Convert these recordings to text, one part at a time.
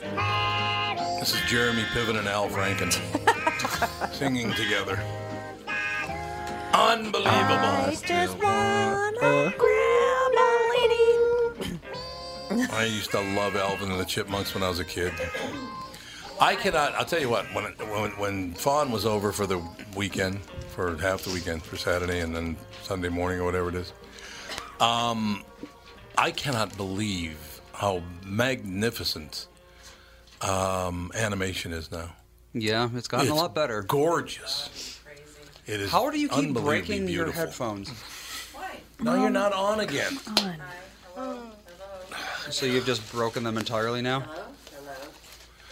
This is Jeremy Piven and Al Franken singing together. Unbelievable. just wanna grab a lady. I used to love Alvin and the Chipmunks when I was a kid. I cannot. I'll tell you what. When when when Fawn was over for the weekend, for half the weekend, for Saturday and then Sunday morning or whatever it is, um, I cannot believe how magnificent um, animation is now. Yeah, it's gotten It's a lot better. Gorgeous. It is. How do you keep unbelievably breaking your beautiful. headphones? No, you're not on again. So you've just broken them entirely now?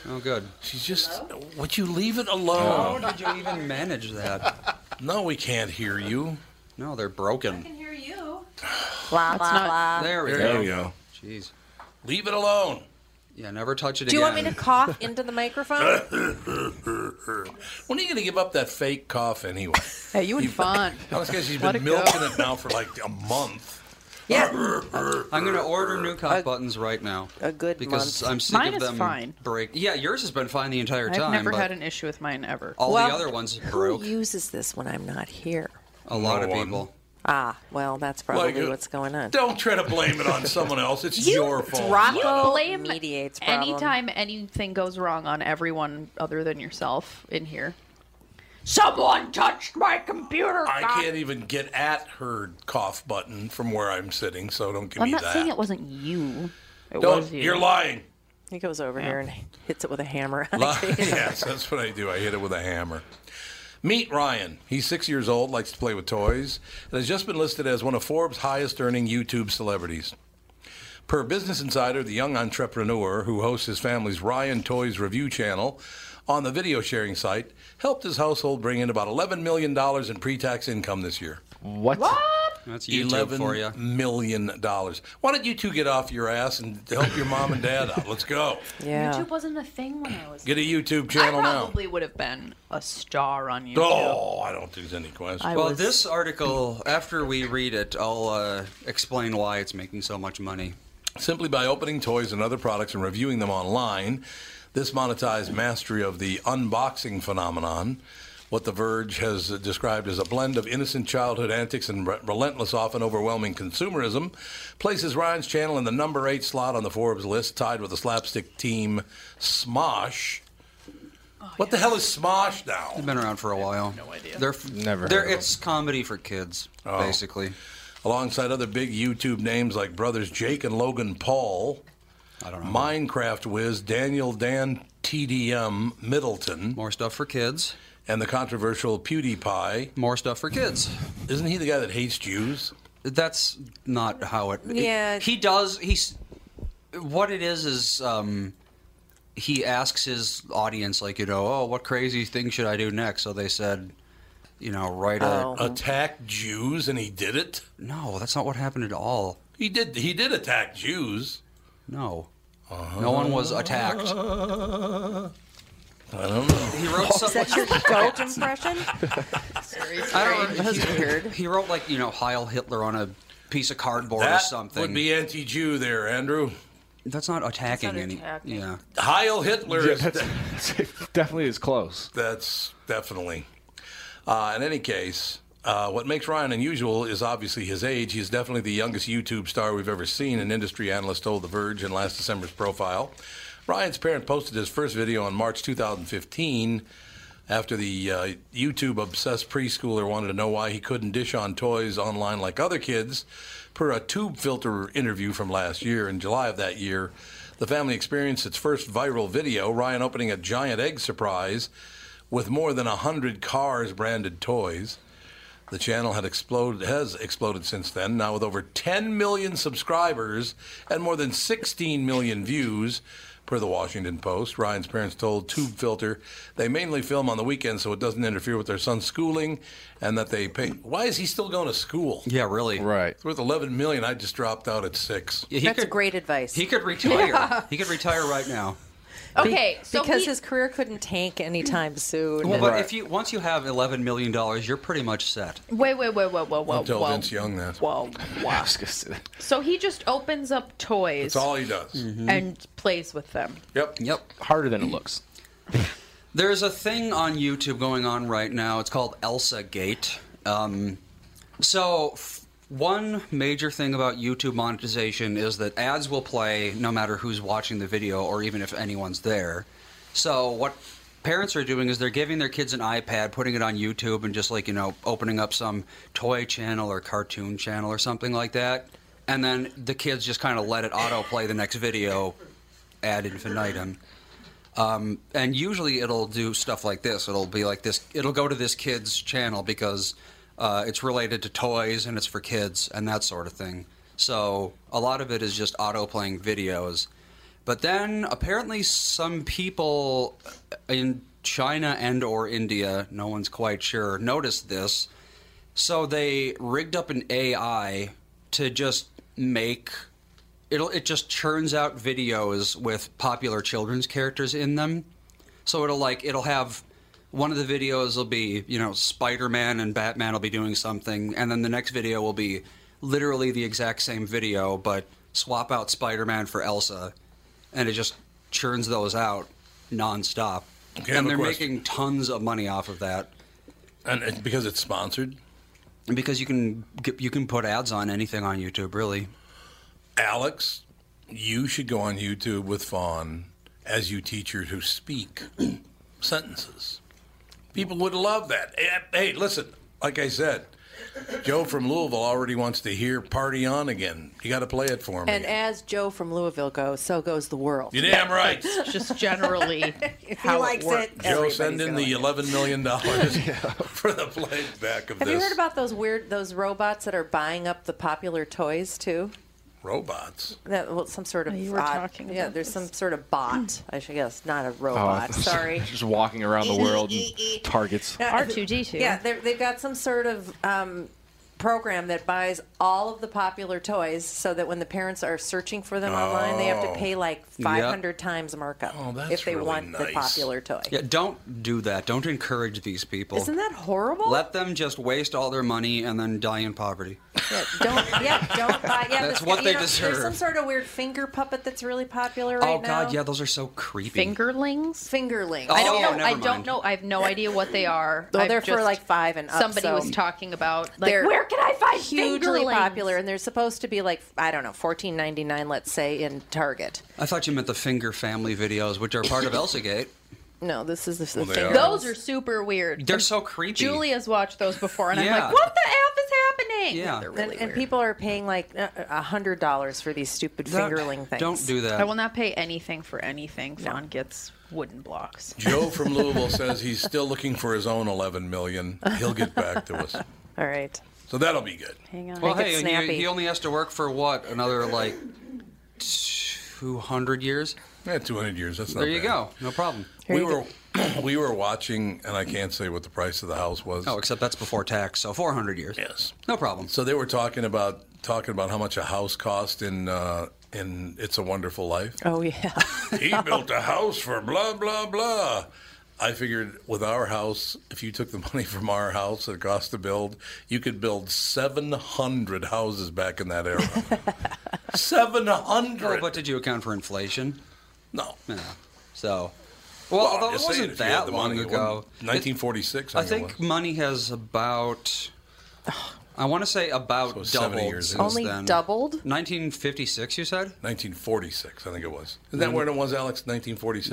Oh, good. She's just. Would you leave it alone? Oh, How did you even manage that? No, we can't hear you. No, they're broken. hear you. Blah, blah, blah. There we There go. we go. Jeez. Leave it alone. Yeah, never touch it Do again. you want me to cough into the microphone? When are you going to give up that fake cough anyway? Hey, you and Fawn. I was guessing she's Let been it go. milking it now for like a month. Yeah, I'm going to order new cough buttons right now. a good Because month. I'm sick Mine of is them fine. break. Yeah, yours has been fine the entire I've time. never but had an issue with mine ever. all Well, the other ones Who broke. uses this when I'm not here? A lot No of one. people. Ah, well, that's probably Like, uh, what's going on. Don't try to blame it on someone else. It's your fault. Rocco blame mediates problem. Anytime anything goes wrong on everyone other than yourself in here, Someone touched my computer. I can't even get at her cough button from where I'm sitting, so don't give I'm me not that. saying it wasn't you. It was don't, you. you're lying. he goes over here and hits it with a hammer. Li- yes, that's what I do. I hit it with a hammer. Meet Ryan. He's six years old, likes to play with toys, and has just been listed as one of Forbes' highest earning YouTube celebrities. Per Business Insider, the young entrepreneur who hosts his family's Ryan Toys Review channel on the video sharing site helped his household bring in about $11 million in pre tax income this year. What? That's YouTube for you. $11 million. Why don't you two get off your ass and help your mom and dad out? Let's go. yeah. YouTube wasn't a thing when I was. Get a YouTube I channel now. probably would have been a star on YouTube. Oh, I don't think there's any question. I Well, was- this article, after we read it, I'll uh, explain why it's making so much money. Simply by opening toys and other products and reviewing them online, This monetized mastery of the unboxing phenomenon, what The Verge has described as a blend of innocent childhood antics and re- relentless, often overwhelming consumerism, places Ryan's channel in the number eight slot on the Forbes list, tied with the slapstick team Smosh. what the hell is Smosh now? They've been around for a while. no idea. They're f- Never They're, heard of it's comedy for kids, basically. Oh. Alongside other big YouTube names like brothers Jake and Logan Paul. I don't know. Minecraft whiz Daniel Dan TDM Middleton More stuff for kids. and the controversial PewDiePie. More stuff for kids. Isn't he the guy that hates Jews? That's not how it. Yeah. He does. He's. What it is is um, he asks his audience, like, you know, oh, what crazy thing should I do next? So they said, you know, write a. Oh. Attack Jews and he did it? No, that's not what happened at all. He did he did attack Jews. No. Uh-huh. No one was attacked. I don't know. He wrote something. That's your goat impression? I don't know. That was weird. He wrote like you know Heil Hitler on a piece of cardboard or That something. would be anti-Jew there, Andrew. that's not attacking not any. attacking. Yeah. Heil Hitler Yeah, is that's, definitely is close. That's definitely. Uh, in any case, uh, what makes Ryan unusual is obviously his age. He's definitely the youngest YouTube star we've ever seen, an industry analyst told The Verge in last December's profile. Ryan's parent posted his first video in March 2015 after the uh, YouTube obsessed preschooler wanted to know why he couldn't dish on toys online like other kids. Per a tube filter interview from last year, in July of that year, the family experienced its first viral video Ryan opening a giant egg surprise with more than 100 cars branded toys. The channel had exploded, has exploded since then, now with over 10 million subscribers and more than 16 million views, per the Washington Post. Ryan's parents told Tube Filter they mainly film on the weekends so it doesn't interfere with their son's schooling and that they pay. Why is he still going to school? Yeah. Really. Right. It's worth 11 million. I just dropped out at six. Yeah, he That's could, great advice. He could retire. He could retire right now. Okay, so because he- his career couldn't tank anytime soon. Well, but if you once you have eleven million dollars, you're pretty much set. wait, wait, wait, wait, whoa, whoa, Tell whoa, Vince Young that. whoa, I whoa. was gonna say that. So he just opens up toys That's all he does. Mm-hmm. and plays with them. Yep. Yep. Harder than it looks. There's a thing on YouTube going on right now. It's called Elsa Gate. Um, so, f- one major thing about YouTube monetization is that ads will play no matter who's watching the video or even if anyone's there. So, what parents are doing is they're giving their kids an iPad, putting it on YouTube, and just like, you know, opening up some toy channel or cartoon channel or something like that. And then the kids just kind of let it autoplay the next video ad infinitum Um, and usually it'll do stuff like this. It'll be like this. It'll go to this kid's channel because uh, it's related to toys and it's for kids and that sort of thing. So a lot of it is just auto playing videos. But then apparently some people in China and or India, no one's quite sure, noticed this. So they rigged up an AI to just make it'll it just churns out videos with popular children's characters in them. So it'll like it'll have one of the videos will be, you know, Spider-Man and Batman will be doing something and then the next video will be literally the exact same video but swap out Spider-Man for Elsa and it just churns those out nonstop. Okay, I have and a they're question. making tons of money off of that. And it's because it's sponsored. Because you can get, you can put ads on anything on YouTube, really. Alex, you should go on YouTube with Fawn as you teach her to speak sentences. People would love that. Eh, Hey, listen, like I said, Joe from Louisville already wants to hear Party On again. You got to play it for me. and as Joe from Louisville goes, so goes the world. you damn right. It's just generally how likes it, works. it. Joe, Everybody's send in gonna the like $11 million dollars for the playback of Have this. you heard about those weird those robots that are buying up the popular toys too? robots? That well, some sort of Oh, You were odd- talking yeah. about There's some sort of bot, I should guess, not a Oh, I robot. was Sorry. Just walking around the world and targets. R2D2. Yeah, they're- they've got some sort of um, program that buys all of the popular toys, so that when the parents are searching for them online, they have to Oh. pay like 500 times markup that's if they really want the nice. popular toy. Yeah, don't do that. Don't encourage these people. Isn't that horrible? Let them just waste all their money and then die in poverty. Yeah, don't. Yeah, don't buy. Yeah, That's this- what you they know, deserve. There's some sort of weird finger puppet that's really popular right oh now. God, yeah, those are so creepy. Fingerlings. Fingerling. Oh, I don't know. never I mind. don't know. I have no idea what they are. Well, I've they're for just- like five and up. somebody so was talking about. Like, They're Where can I find hugely fingerlings? popular, and they're supposed to be like I don't know, fourteen ninety nine, let's say, in Target. I thought you meant the finger family videos, which are part of Elsagate. No, this is the Well, they fingerlings. are. Those are super weird. They're so creepy. Julia's watched those before, and I'm Yeah. like, what the f is happening? Yeah. they're And, really and weird. people are paying like uh, a hundred dollars for these stupid Don't- fingerling things. Don't do that. I will not pay anything for anything. Fawn gets wooden blocks. Joe from Louisville says he's still looking for his own 11 million. He'll get back to us. All right, So that'll be good. hang on. Well, Make it hey, and you- snappy. he only has to work for what another like two hundred years. Yeah, 200 years. That's not There you bad. go. No problem. We were we were watching, and I can't say what the price of the house was. Oh, except that's before tax, so four hundred years. yes. No problem. So they were talking about talking about how much a house cost in uh, in It's a Wonderful Life. oh yeah. he built a house for blah blah blah. I figured with our house, if you took the money from our house that it cost to build, you could build seven hundred houses back in that era. seven Oh, hundred. but did you account for inflation? no. Yeah. So, well, although it Just saying, wasn't if you had that the long money, it ago. wasn't- 1946. I it think was. money has about. I want to say So about 70 doubled. years since ago. Only then. doubled? 1956, you said? 1946. I think it was. Is that when it was, Alex? 1946.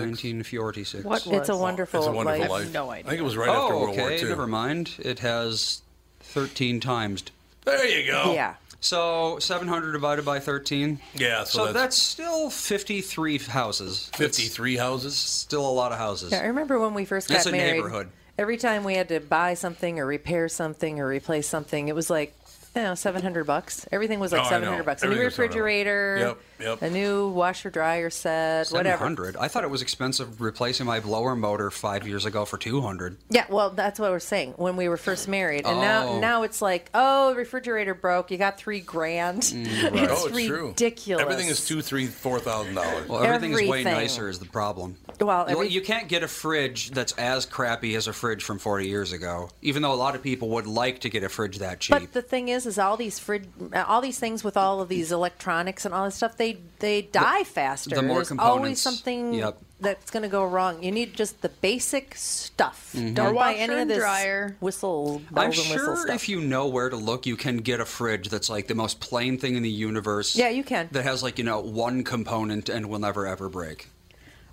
1946. What It's a was- wonderful, It's a Wonderful life. Life. no I think it idea. was right after Oh, World War okay. II. Never mind. It has 13 times. There you go. Yeah. So 700 divided by 13. Yeah, so So, that's- that's, still 53 houses. That's 53 houses. Still a lot of houses. Yeah, I remember when we first got It's a married. neighborhood. Every time we had to buy something or repair something or replace something, it was like you know, seven hundred bucks. Everything was Oh, like I seven know. hundred bucks. A new Everything was $700. refrigerator, Yep, yep. a new washer dryer set, whatever. 700. I thought it was expensive replacing my blower motor five years ago for 200. Yeah, well, that's what we're saying when we were first married, and now Oh. now it's like, oh, refrigerator broke. You got three grand. Mm, it's oh, it's true. ridiculous. Everything is two, three, four thousand dollars. Well, everything is way Everything. nicer is the problem. Well, You- every- you can't get a fridge that's as crappy as a fridge from 40 years ago, even though a lot of people would like to get a fridge that cheap. But the thing is, is all these frid- uh, all these things with all of these electronics and all this stuff, they they die faster. the more There's always components. something Yep. that's going to go wrong. You need just the basic stuff. Mm-hmm. Don't Or buy washer any of and this dryer. whistle bells I'm and whistle sure stuff. if you know where to look, you can get a fridge that's like the most plain thing in the universe. Yeah, you can. That has like, you know, one component and will never ever break.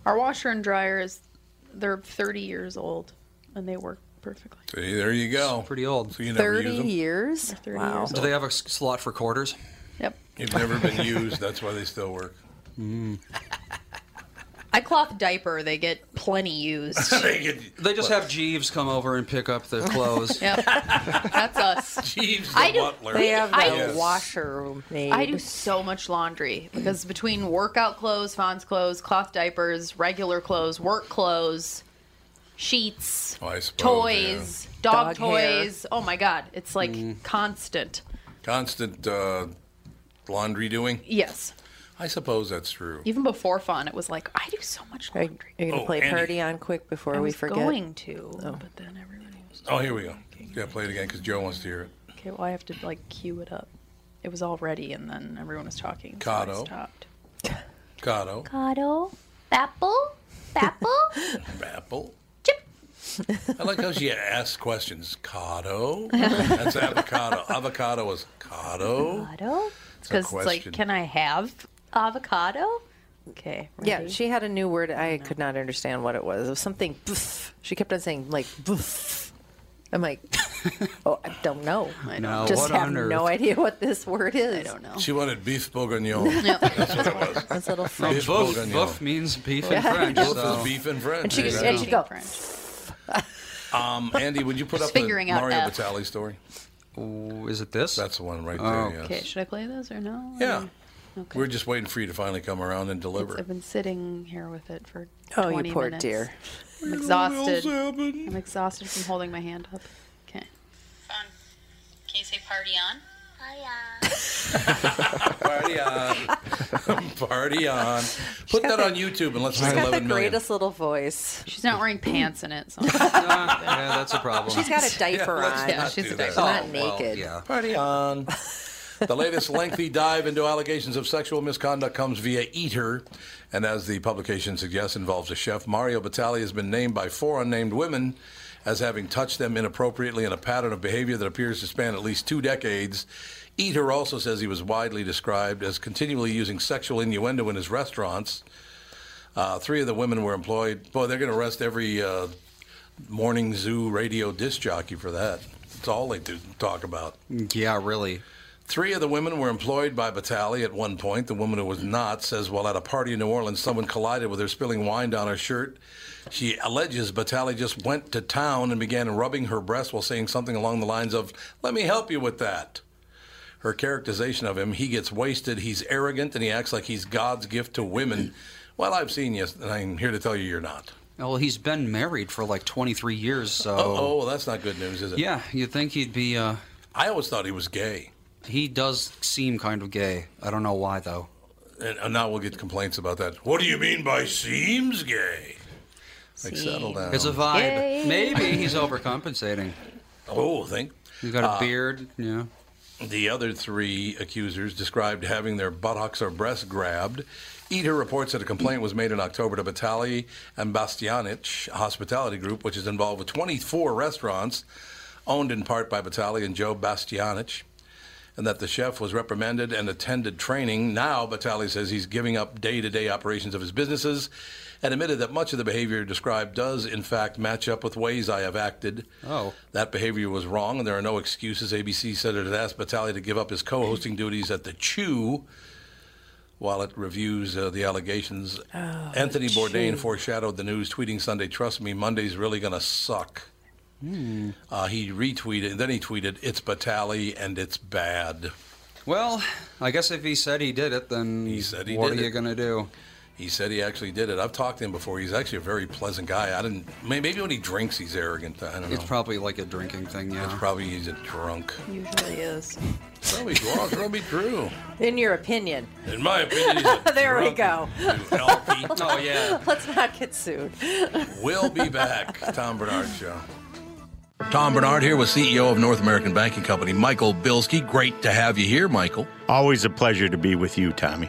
Our washer and dryer is they're 30 years old, and they work perfectly. See, there you go. Pretty old. So you never Thirty use them. years. 30 wow. years Do they have a s- slot for quarters? Yep. They've never been used. That's why they still work. Mm. I cloth diaper. They get plenty used. They get- They just have Jeeves come over and pick up the clothes. yep. That's us. Jeeves the I do- butler. They have the I- washer made. I do so much laundry because between workout clothes, Fawn's clothes, cloth diapers, regular clothes, work clothes, sheets, Oh, I suppose, toys, dog, Dog hair. toys. Oh my god, it's like Mm. constant. Constant uh, laundry doing. Yes. I suppose that's true. Even before Fawn, it was like I do so much Are you laundry. going to Oh, play Andy. party on quick before I we was forget? Oh. going to, but then everybody was. Oh, here we go. Yeah, play it again because Joe wants to hear it. Okay, well I have to like cue it up. It was all ready, and then everyone was talking. so I Cotto. stopped. Cotto, Otto, Bapple, Bapple, apple. Chip. I like how she asks questions. Cotto. That's avocado. Avocado is cotto. Otto, It's a Because it's like, question. can I have Avocado, Okay. Yeah, she had a new word. I could not understand what it was. It was something. Boof. She kept on saying like boof. I'm like, oh, I don't know. I No, just what have on earth? no idea what this word is. I don't know. She wanted beef bourguignon. That's what it was. It's a little Well, French. Beef bourguignon. Boeuf, boeuf means beef in French. Boeuf so- is beef and French. And she could- Exactly. and she go. French. um, Andy, would you put up the figuring out Mario F. Batali story? Is it this? That's the one right Oh. there. Yes. Okay, should I play this or no? Yeah. Okay. We're just waiting for you to finally come around and It's- deliver. I've been sitting here with it for. Oh, 20 you poor minutes. dear. I'm exhausted. happened? I'm exhausted from holding my hand up. Okay. on. Can you say party on? Party on. Party on. Put that on YouTube and let's She's make got the 11 million. greatest little voice. She's not wearing pants in it. So Uh, yeah, that's a problem. She's got a diaper let's on. Yeah, not she's do a that. diaper. Oh, not well, naked. yeah. Party on. the latest lengthy dive into allegations of sexual misconduct comes via Eater, and as the publication suggests, involves a chef. Mario Batali has been named by four unnamed women as having touched them inappropriately in a pattern of behavior that appears to span at least two decades. Eater also says he was widely described as continually using sexual innuendo in his restaurants. Uh, three of the women were employed. Boy, they're going to arrest every uh, morning zoo radio disc jockey for that. It's all they do talk about. Yeah, really. Three of the women were employed by Batali at one point. The woman who was not says, while at a party in New Orleans, someone collided with her, spilling wine down her shirt. She alleges Batali just went to town and began rubbing her breast while saying something along the lines of, Let me help you with that. Her characterization of him, he gets wasted, he's arrogant, and he acts like he's God's gift to women. Well, I've seen you, and I'm here to tell you you're not. Well, he's been married for like 23 years, so. Oh, well, that's not good news, is it? Yeah, you'd think he'd be. Uh, I always thought he was gay. he does seem kind of gay. I don't know why, though. And and now we'll get complaints about that. What do you mean by seems gay? Like, settle down. It's a vibe. Yay. Maybe he's overcompensating. Oh, I think. He's got a beard, yeah. The other three accusers described having their buttocks or breasts grabbed. Eater reports that a complaint was made in October to Batali and Bastianich Hospitality Group, which is involved with 24 restaurants owned in part by Batali and Joe Bastianich, and that the chef was reprimanded and attended training. Now, Batali says he's giving up day to day operations of his businesses and admitted that much of the behavior described does, in fact, match up with ways I have acted. Oh. That behavior was wrong, and there are no excuses. ABC said it had asked Batali to give up his co hosting duties at the Chew while it reviews uh, the allegations. Anthony Bourdain foreshadowed the news, tweeting Sunday, Trust me, Monday's really going to suck. Hmm. Uh, he retweeted, then he tweeted, It's Batali and it's bad. Well, I guess if he said he did it, then He said he what did are you it. going to do? He said he actually did it. I've talked to him before. He's actually a very pleasant guy. I didn't. may- Maybe when he drinks, he's arrogant. I don't know. It's probably like a drinking thing, yeah. It's probably he's a drunk. usually is. Probably Ross, probably Drew. In your opinion. In my opinion, he's a There we drunk and healthy. oh, yeah. Let's not get sued. We'll be back. Tom Bernard Show. Tom Bernard here with CEO of North American Banking Company, Michael Bilski. Great to have you here, Michael. Always a pleasure to be with you, Tommy.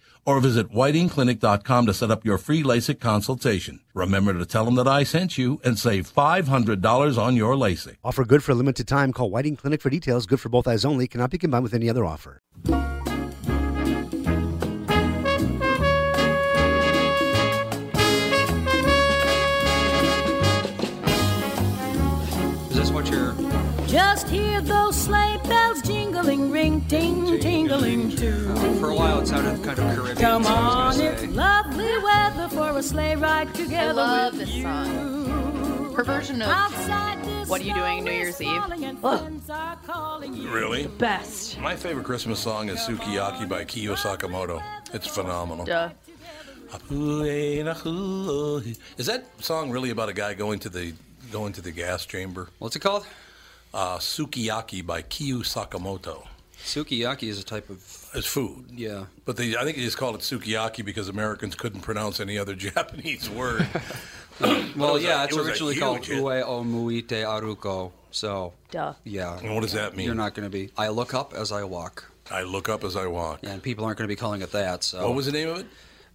or visit whitingclinic.com to set up your free LASIK consultation. Remember to tell them that I sent you and save $500 on your LASIK. Offer good for a limited time. Call Whiting Clinic for details. Good for both eyes only. Cannot be combined with any other offer. Is this what you're? Just hear those sleigh bells jingling, ring, ting, tingling too. For a while, it sounded kind of Caribbean. Come so I was on, gonna it's say. lovely weather for a sleigh ride together. I love with this you. song. Her version of What Are You Doing New Year's Eve? Really? Best. My favorite Christmas song is Sukiyaki by Kiyo Sakamoto. It's phenomenal. Duh. Is that song really about a guy going to the going to the gas chamber? What's it called? Uh, sukiyaki by Kiyo Sakamoto. Sukiyaki is a type of It's food, yeah. but they I think they just called it sukiyaki because Americans couldn't pronounce any other Japanese word. Well, was a- yeah, it it's was a originally huge called hit. Ue o Muite Aruko. So, Duh. yeah. And what does that mean? You're not going to be. I look up as I walk. I look up as I walk. Yeah, and people aren't going to be calling it that. So, What was the name of it?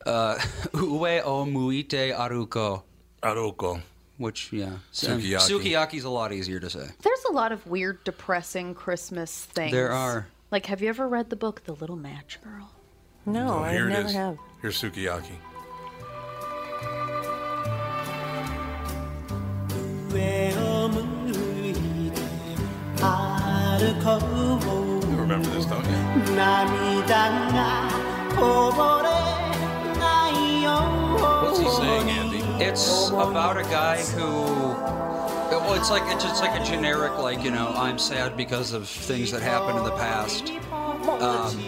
Uh, Ue o Muite Aruko. Aruko. Which, yeah. Sukiyaki. Sukiyaki's a lot easier to say. There's a lot of weird, depressing Christmas things. There are. Like, have you ever read the book The Little Match Girl? Oh, No, I here it never is. have. Here's sukiyaki. You remember this, don't you? 涙がこぼれないように What's he saying, Andy? It's about a guy who. Well, it's like it's just like a generic, like you know, I'm sad because of things that happened in the past. Um,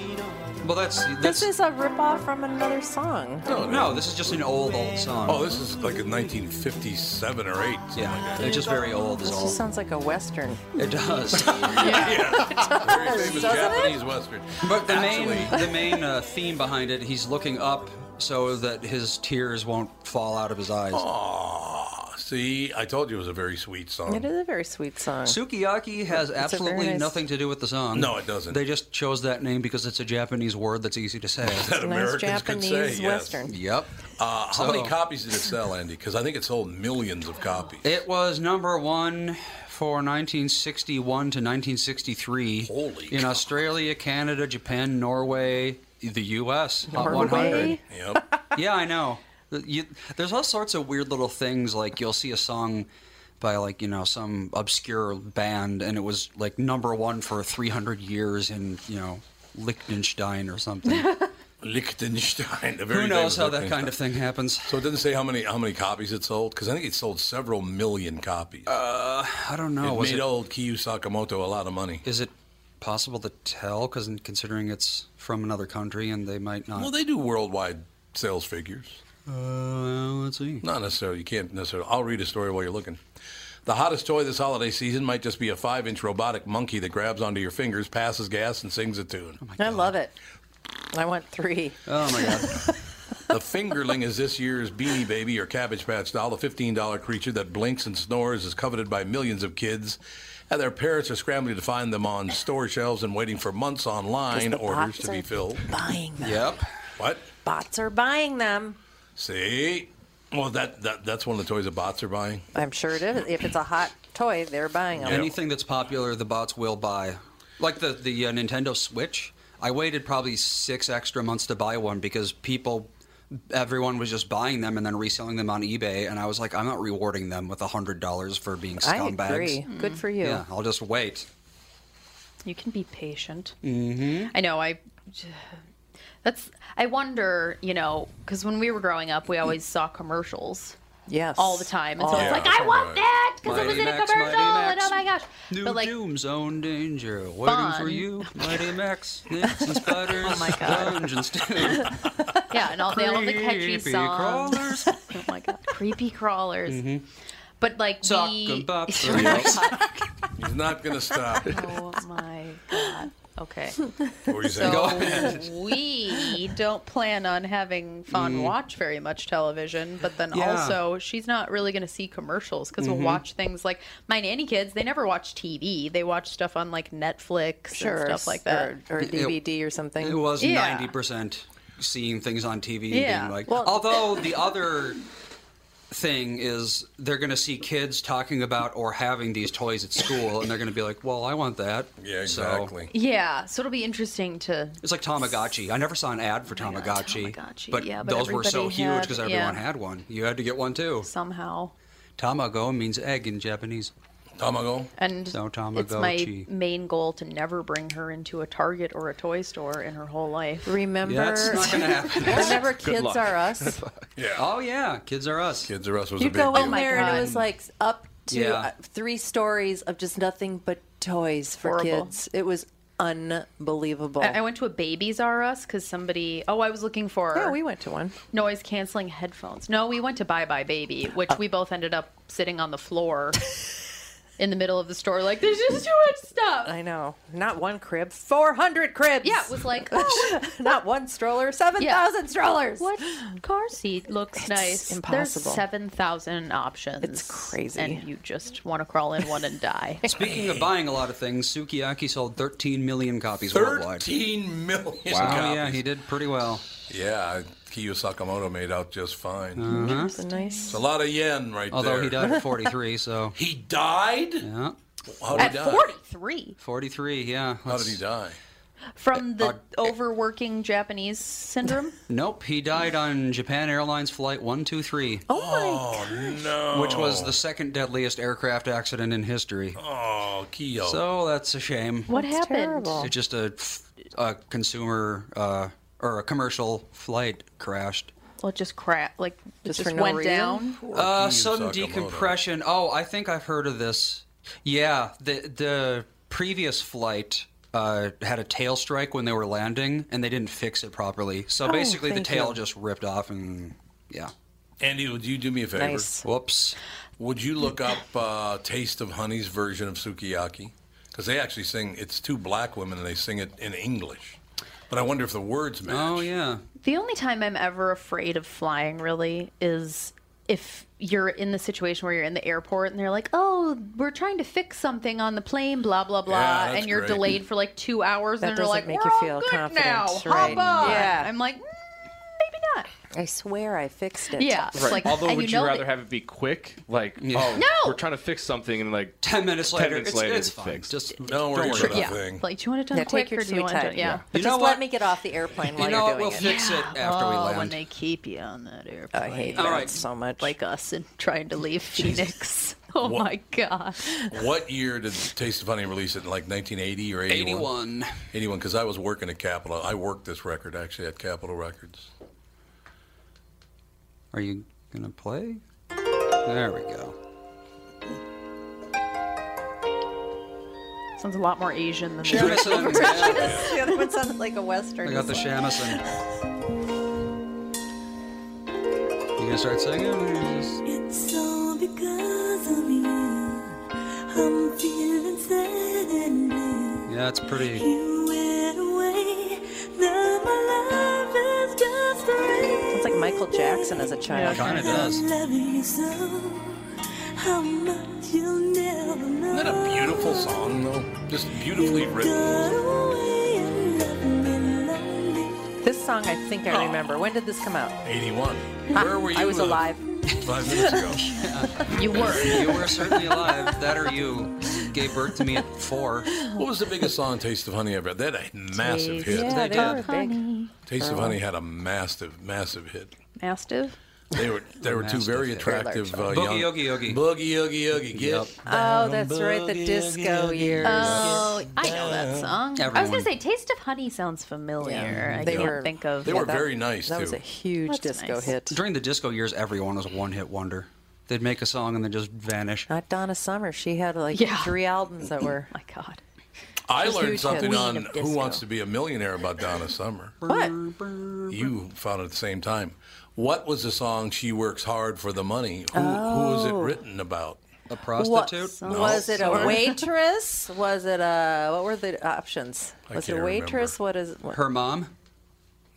well, that's This that's is a ripoff from another song. no, no. This is just an old old song. Oh, this is like a 1957 or 8. something Yeah, like that. it's just very old. Is This all. just sounds like a western. It does. Very famous Doesn't it? Japanese Western. But the main Actually- the main uh, theme behind it, he's looking up so that his tears won't fall out of his eyes. Aw, see, I told you it was a very sweet song. It is a very sweet song. Sukiyaki has It's a very absolutely nice- nothing to do with the song. No, it doesn't. They just chose that name because it's a Japanese word that's easy to say. that nice Americans could Japanese say, yes. western. yep. Uh, how many So- copies did it sell, Andy? Because I think it sold millions of copies. It was number one for 1961 to 1963 Holy in cow. Australia, Canada, Japan, Norway, the U.S. Hot 100. Norway? Yep. yeah, I know. You, there's all sorts of weird little things. Like you'll see a song by like you know some obscure band, and it was like number one for 300 years in you know Liechtenstein or something. Liechtenstein. The very Who name knows is how that Liechtenstein. kind of thing happens? So it doesn't say how many how many copies it sold because I think it sold several million copies. Uh, I don't know. it Oh, Was made it, old Kiyu Sakamoto a lot of money. is it possible to tell? Because considering it's from another country, and they might not. Well, they do worldwide sales figures. Uh, let's see. Not necessarily. You can't necessarily. I'll read a story while you're looking. The hottest toy this holiday season might just be a five-inch robotic monkey that grabs onto your fingers, passes gas, and sings a tune. I love it. I want three. Oh my god. The fingerling is this year's Beanie Baby or Cabbage Patch doll, a $15 creature that blinks and snores, is coveted by millions of kids, and their parents are scrambling to find them on store shelves and waiting for months online the orders bots to be are- filled. Buying them. yep. What? Bots are buying them. See? Well, that, that that's one of the toys the bots are buying. I'm sure it is. If it's a hot toy, they're buying them. Anything that's popular, the bots will buy. Like the the uh, Nintendo Switch. I waited probably six extra months to buy one because people, everyone was just buying them and then reselling them on eBay, and I was like, I'm not rewarding them with hundred dollars for being I scumbags. Mm. agree. Good for you. Yeah, I'll just wait. You can be patient. Mm-hmm. I know. I. That's. I wonder. You know, because when we were growing up, we always saw commercials Yes. all the time, and so All Oh, it's the like, time. I want that because it Mighty was in a Max, commercial, Mighty and oh Max. my gosh. New but like, Doom Zone Danger, waiting for Fun. you, Mighty Max, Nix and Spiders, oh my God. Dungeons too. "Ah!" yeah, and all, they, all the catchy Creepy songs. crawlers. Mm-hmm. oh my god, creepy crawlers. Mm-hmm. But like Sock we. and pop. He's not going to stop. oh my god. Okay. What were you saying? So we don't plan on having Fawn watch very much television, but then Mm. Yeah. Mm-hmm. also she's not really going to see commercials because we'll watch things like my nanny kids. They never watch TV; they watch stuff on like Netflix Sure. and stuff like that. Or, or It- DVD or something. It was Yeah. ninety percent seeing things on TV and Yeah. being like. Well- although the other thing is they're going to see kids talking about or having these toys at school, and they're going to be like, "Well, I want that." Yeah, So, exactly. Yeah, so it'll be interesting to. it's like Tamagotchi. I never saw an ad for Tamagotchi, Tamagotchi, but, yeah, but those were so everybody huge had- because everyone yeah. had one. You had to get one too. Somehow, Tamago means egg in Japanese. Tomago. And so Tomago. It's my chi. main goal to never bring her into a Target or a toy store in her whole life. Remember, Yeah, it's not gonna happen. remember, Good kids luck. are us. Yeah. Oh yeah, Kids Are Us. Kids Are Us was You a big go deal. Oh in there and it was like up to Yeah. uh, three stories of just nothing but toys for Horrible. kids. It was unbelievable. I I went to a Babies R Us because somebody. Oh, I was looking for. Yeah, we went to one. Noise canceling headphones. No, we went to Bye Bye Baby, which we both ended up sitting on the floor in the middle of the store, like there's just too much stuff. I know. Not one crib, 400 cribs. Yeah, it was like, oh. Not one stroller, 7,000 strollers. What car seat looks nice? impossible. There's seven thousand options. It's crazy, and you just want to crawl in one and die. Speaking of buying a lot of things, Sukiyaki sold 13 million copies worldwide. 13 million Wow. Yeah, he did pretty well. Yeah, Kiyo Sakamoto made out just fine. Uh-huh. It's a nice. It's a lot of yen right Although there. he died at 43, so He died? Yeah. How At forty-three, 43, yeah. How did he die? Uh, from the overworking Japanese syndrome. Nope, he died on Japan Airlines Flight 123. Oh, no. Which was the second deadliest aircraft accident in history. Oh, Keo. So that's a shame. What That's happened? terrible. It's just a, a consumer uh, or a commercial flight crashed. Well, it just crap, like it Just just, for no went reason? down. Uh, Kiyu sudden Sakamoto. decompression. Oh, I think I've heard of this. Yeah, the the previous flight uh, had a tail strike when they were landing, and they didn't fix it properly. So Oh, basically, the thank tail you. just ripped off, and yeah. Andy, would you do me a favor? Nice. Whoops. Would you look up uh, Taste of Honey's version of Sukiyaki? Because they actually sing, it's two black women and they sing it in English. But I wonder if the words match. Oh, yeah. The only time I'm ever afraid of flying really is if you're in the situation where you're in the airport and they're like, "Oh, we're trying to fix something on the plane, blah blah blah," Yeah, that's and you're great. delayed for like two hours, That and they're doesn't like, make "We're you all feel good confident, now, right? hop on." Yeah. I'm like, I swear I fixed it. Yeah, it's Right. like- Although, and would you, you know rather that- have it be quick? Like, oh, No! we're trying to fix something, and like 10 minutes ten later, minutes it's- later, it's fine. fixed. Just don't worry about yeah, like, do you want it done Yeah, quick take or your do you sweet want it time. done? Yeah, But just let me get off the airplane while You know are what? doing We'll it. fix it after we oh, land. when they keep you on that airplane. I hate All that right. so much. Like us and trying to leave Phoenix. Oh What- my god. What year did Taste of Honey release it? In like 1980 or 81? 81. 81, because I was working at Capitol. I worked this record actually at Capitol Records. Are you gonna play? There we go. Sounds a lot more Asian than Sure, the so I'm- the other one sounded like a western. I got the shamisen. You gonna start singing? or you just- It's all because of you. I'm feeling sad and blue. Yeah, it's pretty. You went away. Now my life is just rain. It's like Michael Jackson as a child. Yeah, kinda does. Loving you so. How much you'll never know. Isn't that a beautiful song, though? Just beautifully written. This song, I think I remember. When did this come out? 81. Ha, Where were you? I was uh, alive. Five minutes ago. You were. you were certainly alive. That or you gave birth to me at four. What was the biggest song, Taste of Honey, ever? They had a massive hit. Yeah, They they did. were Honey. Taste Oh. of Honey had a massive, massive hit. Mastiff. They were they were two Mastiff very hit. attractive Very uh, large young Boogie Oogie Oogie. Boogie Oogie Oogie. Get Yep. Oh, that's right, the disco years. Oh, I know that song. I was Everyone. gonna say "Taste of Honey" sounds familiar. I They can't were- think of. They were very nice too. huge That's disco nice. hit. During the disco years, everyone was a one-hit wonder. They'd make a song and then just vanish. Not Donna Summer. She had like Yeah. three albums that were. My God. I She's learned huge something hit. on Queen of Who disco. Wants to Be a Millionaire about Donna Summer. What? Mm-hmm. You found it at the same time. What was the song She Works Hard for the Money? Who, who was it Oh. written about? A What, Was it a waitress? Was it a what were the options? I was it can't a waitress? What is what? Her mom?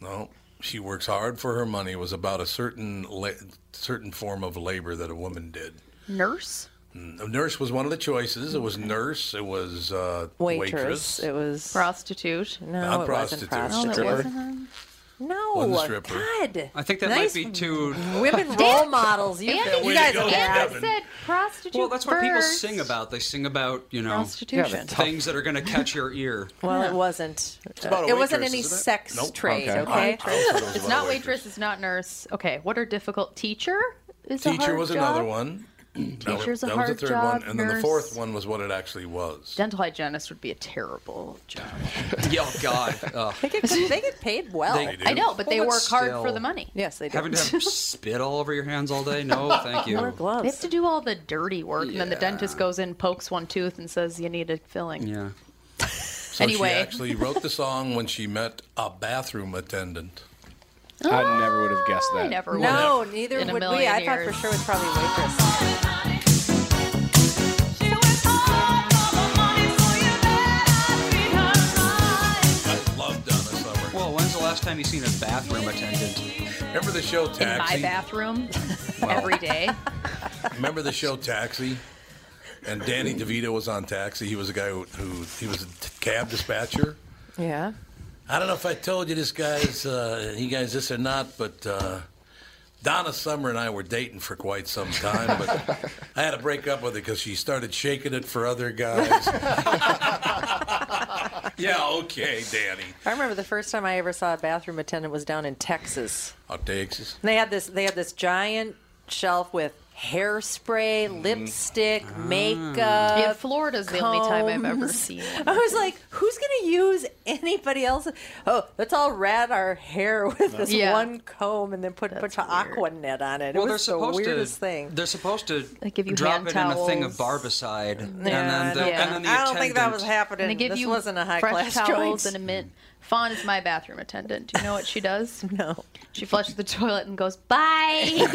No. She works hard for her money was about a certain la- certain form of labor that a woman did. Nurse. Mm, Nurse was one of the choices. It was nurse. It was uh, waitress. waitress. It was prostitute. No, Not it prostitute. wasn't No, prostitute. that wasn't No, Wasn't stripper. God. I think that Nice might be too. Women role models. You, Andy, you you guys go, have Kevin. said prostitute Well, that's what people first. sing about. They sing about you know Prostitution. Yeah, the tough- things that are going to catch your ear. Well, it wasn't. about a it wasn't waitress, any isn't it? sex Nope. trade. Okay. I Okay. also don't know It's about not waitress. waitress. It's not nurse. Okay, what are difficult? Teacher is a Teacher hard was job? another one. That was- Teacher's a that hard was the third job. one, and then the nurse- fourth one was what it actually was. Dental hygienist would be a terrible job. Yeah, oh, God. Ugh. They get, they get paid well. They do. I know, but they Well, but work hard still. for the money. Yes, they do. Having to have spit all over your hands all day? No, thank you. They have to do all the dirty work, and then the dentist goes in, pokes one tooth, and says, "You need a filling." Yeah. So Anyway. she actually wrote the song when she met a bathroom attendant. I never would have guessed I never would. No, neither In a would we. million I thought for years. sure it was probably waitress. Well, when's the last time you seen a bathroom attendant? Remember the show In my Taxi? bathroom, every day. Remember the show Taxi? And Danny DeVito was on Taxi. He was a guy who, who he was a t- cab dispatcher. Yeah. I don't know if I told you this, guys, uh, you guys, this or not, but uh, Donna Summer and I were dating for quite some time. But I had to break up with her because she started shaking it for other guys. yeah, okay, Danny. I remember the first time I ever saw a bathroom attendant was down in Texas. Out Texas. And they had this they had this giant shelf with hairspray, lipstick, makeup. Mm-hmm. Ah. Yeah, Florida's the only time I've ever combs. seen I was like, who's gonna use anybody else? Oh, let's all rat our hair with this Yeah. one comb and then put put an aqua net on it. It well, they're was the supposed weirdest to. thing. They're supposed to They give you drop hand it in a thing of barbicide, and then the, and then the I don't think that attendant- was happening. And they give this you wasn't a high fresh class towels choice. and a mint. Fawn is my bathroom attendant. Do you know what she does? no. She flushes the toilet and goes, "Bye."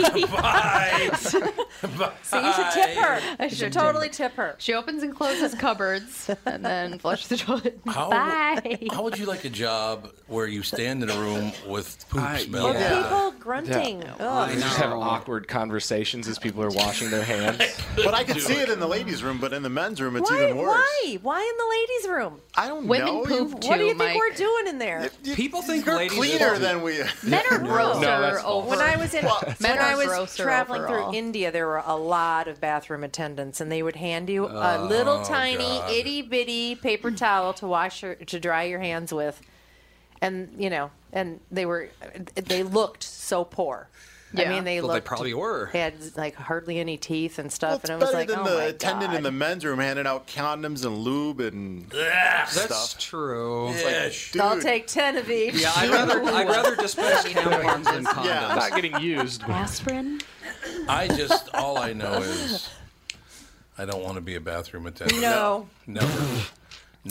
So you should tip her. I You should totally tip her. She opens and closes cupboards and then flushes the toilet. How- Bye. How would you like a job where you stand in a room with poop smell? Or yeah. People grunting. I just have awkward conversations as people are washing their hands. But I can see it in the ladies' room, but in the men's room, it's why? even worse. Why? Why in the ladies' room? I don't Women know. Poop You- what do you think we're doing in there? People think You're ladies cleaner poop. than we. Men are grosser No, that's false. over. When I was in, Well, when men I are was grosser traveling overall. through India, there were a lot of bathroom attendants, and they would hand you a little Oh, tiny God. itty bitty paper towel to wash your, to dry your hands with, and you know, and they were, they looked so poor. I Yeah. mean, they Well, they looked. probably were. They had like hardly any teeth and stuff, It's and it was better like, than oh the my attendant God. in the men's room handing out condoms and lube and That's stuff. true. It's like, dude, I'll take ten of each. Yeah, I'd rather I'd rather dispense tampons than condoms. Yeah. Not getting used. Aspirin. I just all I know is I don't want to be a bathroom attendant. No. never,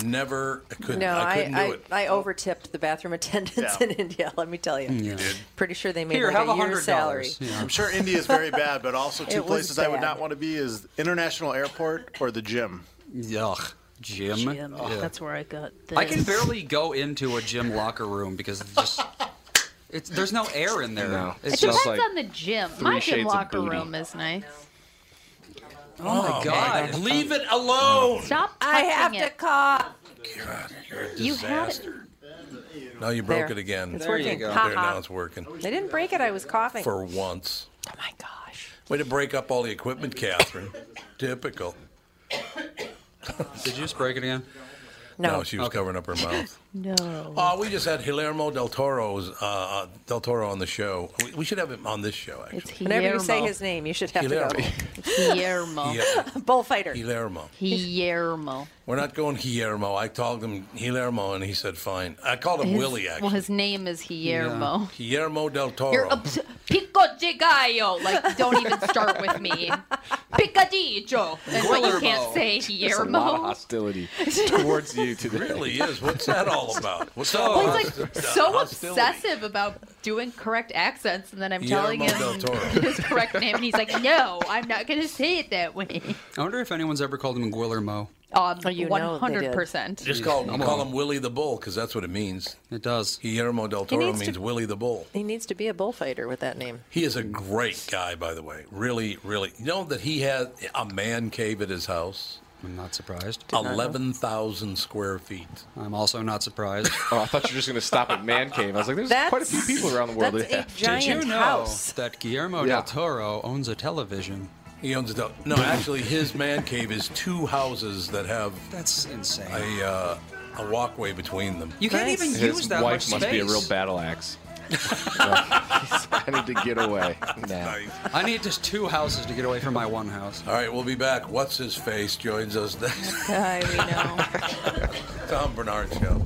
never. I couldn't. No, I I couldn't do I, it. Oh. I, overtipped the bathroom attendants Yeah. in India. Let me tell you, You did. pretty sure they made Here, like have a year's $100. salary. I'm sure India is very bad, but also It two was places I would bad. not want to be is international airport or the gym. Yuck. Gym. Yeah. That's where I got this. I can barely go into a gym locker room because it's just it's there's no air in there. No. It's it just depends on the gym. three My shades gym of locker booty. room is nice. Oh my God! Leave it alone. Stop. I have touching to it. cough. You're a You had it. disaster. No, you broke There. it again. It's There you working. go. Ha There, ha. now it's working. They didn't break it. I was coughing. For once. Oh my gosh. Way to break up all the equipment, Catherine. Typical. Did you just break it again? No, she was covering up her mouth. No. Oh, we just had Guillermo del Toro's uh, uh, del Toro on the show. We, we should have him on this show. Actually. Whenever you say his name, you should have to Guillermo. go. Guillermo. Bullfighter. Guillermo. Guillermo. We're not going Guillermo. I called him Guillermo, and he said fine. I called him His- Willie actually. Oh. Well, his name is Guillermo. Yeah. Guillermo del Toro. You're obs- Pico de gallo. Like, don't even start with me. Picadillo. That's why you can't say There's a lot of Guillermo. hostility towards you today. really is. What's that all about? What's that Well, all he's about? like so obsessive about doing correct accents, and then I'm telling Guillermo him del Toro. his correct name, and he's like, "No, I'm not gonna say it that way." I wonder if anyone's ever called him Guillermo. Um, you know they did. 100%. Just call, Come call on. him Willie the Bull because that's what it means. It does. Guillermo del He Toro needs to- means Willie the Bull. He needs to be a bullfighter with that name. He is a great guy, by the way. Really, really. You know that he had a man cave at his house? I'm not surprised. not know. 11,000 square feet. I'm also not surprised. Oh, I thought you were just going to stop at man cave. I was like, there's quite a few That's- people around the world that have Did you know that Guillermo Yeah. del Toro owns a television? He owns a del- No, actually, his man cave is two houses that have. That's insane. A, uh, a walkway between them. You can't even His use that wife much must be a space. real battle axe. I need to get away. I need just two houses to get away from my one house. All right, we'll be back. What's his face joins us next. I Tom Bernard Show.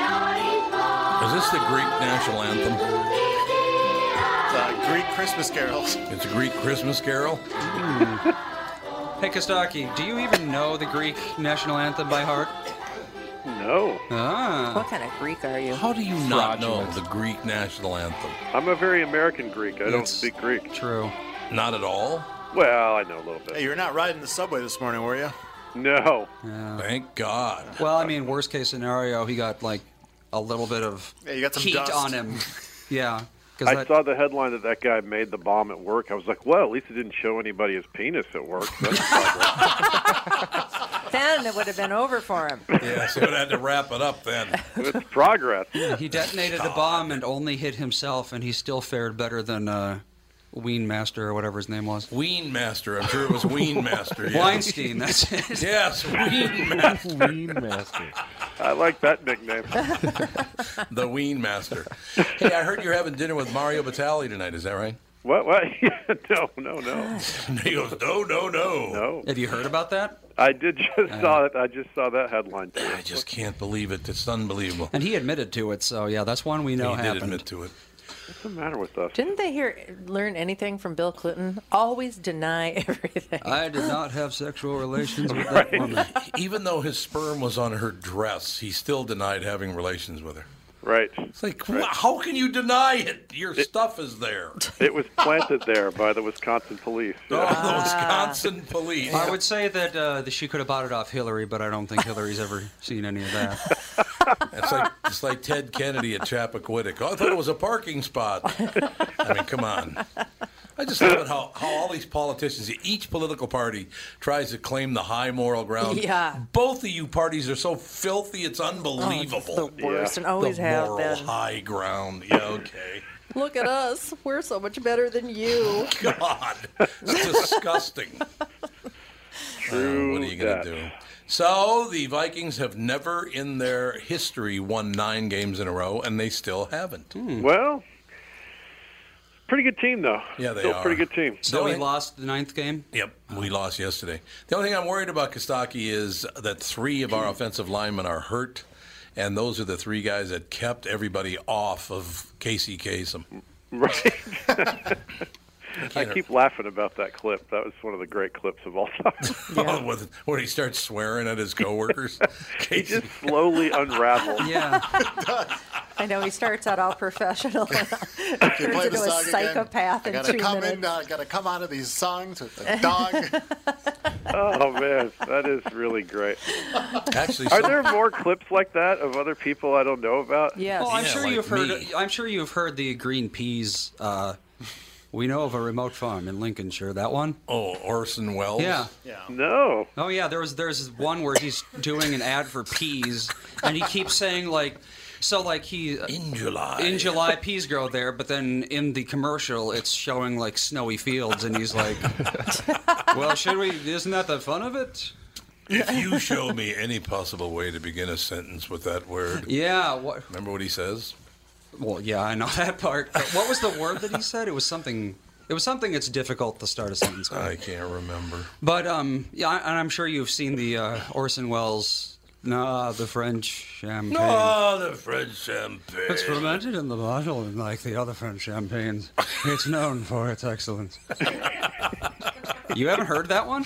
Is this the Greek national anthem? Uh, Greek Christmas carols. It's a Greek Christmas carol. Hey, Kostaki, do you even know the Greek national anthem by heart? Oh. No. Ah. What kind of Greek are you? How do you not know the Greek national anthem? I'm a very American Greek. I don't That's speak Greek. True. Not at all? Well, I know a little bit. Hey, you're not riding the subway this morning, were you? No. Thank God. Well, I mean, worst case scenario, he got like a little bit of Yeah, you got some heat dust. on him. yeah. 'cause I that- saw the headline that that guy made the bomb at work. I was like, well, at least it didn't show anybody his penis at work. That's Then it would have been over for him. Yeah, so it had to wrap it up then. It's progress. He detonated the bomb and only hit himself, and he still fared better than uh, Ween Master or whatever his name was. Ween Master. I'm sure it was Ween Master. yeah. Weinstein, that's it. Yes, Ween Master. Ween Master. I like that nickname. the Ween Master. Hey, I heard you're having dinner with Mario Batali tonight. Is that right? What? What? no, no, no. He goes, no, no, no. No. Have you heard about that? Uh, I did just saw it. I just saw that headline. Too. I just can't believe it. It's unbelievable. And he admitted to it, so yeah, that's one we know he happened. did admit to it. What's the matter with us? Didn't they hear learn anything from Bill Clinton? Always deny everything. I did not have sexual relations with that woman. Even though his sperm was on her dress, he still denied having relations with her. Right. It's like, wha- how can you deny it? Your stuff is there. It was planted there by the Wisconsin police. Oh, the Wisconsin police. Uh, I would say that, uh, that she could have bought it off Hillary, but I don't think Hillary's ever seen any of that. It's like it's like Ted Kennedy at Chappaquiddick. Oh, I thought it was a parking spot. I mean, come on. I just love it how, how all these politicians, each political party tries to claim the high moral ground. Yeah. Oh, Both of you parties are so filthy, it's unbelievable. the worst and always the have moral been. high ground. Yeah, okay. Look at us. We're so much better than you. God, it's disgusting. True. Uh, what are you going that. to do? So the Vikings have never in their history won nine games in a row, and they still haven't. Hmm. Well, pretty good team though. Yeah, they Still are. pretty good team. So we lost the ninth game? Oh. Yep, we lost yesterday. The only thing I'm worried about, Kostaki, is that three of our offensive linemen are hurt, and those are the three guys that kept everybody off of Casey Kasem. Right. I can't- keep laughing about that clip. That was one of the great clips of all time. With- Where he starts swearing at his coworkers. he just slowly unravels. Yeah. I know he starts out all professional. Can you turns play the into a song again? psychopath I in gotta two come minutes. in. uh, gotta come out of these songs with the dog. Oh man, that is really great. Actually, are some- there more clips like that of other people I don't know about? Well, Oh, I'm sure you've heard. I'm sure you've heard the green peas. Uh, we know of a remote farm in Lincolnshire. That one. Oh, Orson Welles. Yeah. Yeah. No. Oh yeah. There was there's one where he's doing an ad for peas, and he keeps saying like. So like he in July in July peas grow there, but then in the commercial it's showing like snowy fields, and he's like, "Well, should we? Isn't that the fun of it?" If you show me any possible way to begin a sentence with that word. Yeah. Uh, What? Remember what he says? Well, yeah, I know that part. But what was the word that he said? It was something. It was something that's difficult to start a sentence with. I can't remember. But um, yeah, and I'm sure you've seen the uh, Orson Welles. Nah, the French champagne. No, the French champagne. It's fermented in the bottle, unlike the other French champagnes. It's known for its excellence. you haven't heard that one?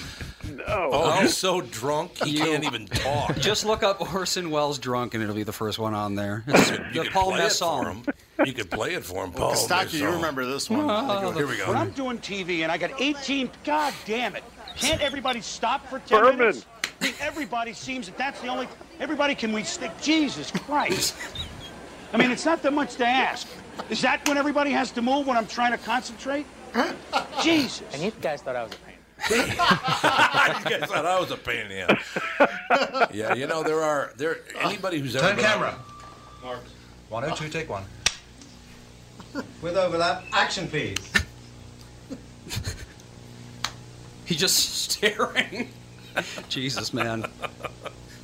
No. Oh, he's so drunk he You- can't even talk. Just look up Orson Welles drunk, and it'll be the first one on there. It's the could Paul play it for Masson. You could play it for him, Well, Paul. Kostaki, you Masson. remember this one. Ah, Here we go. When I'm doing TV and I got 18, god damn it. Can't everybody stop for 10 Berman. minutes? I mean, Everybody seems that that's the only, everybody can we stick, Jesus Christ. I mean, it's not that much to ask. Is that when everybody has to move when I'm trying to concentrate? Jesus. And you guys thought I was a pain. you guys thought I was a pain in the ass. Yeah, you know there are there anybody who's ever Turn been on- camera. One oh two, take one. With overlap, action, please. He's just staring. Jesus, man.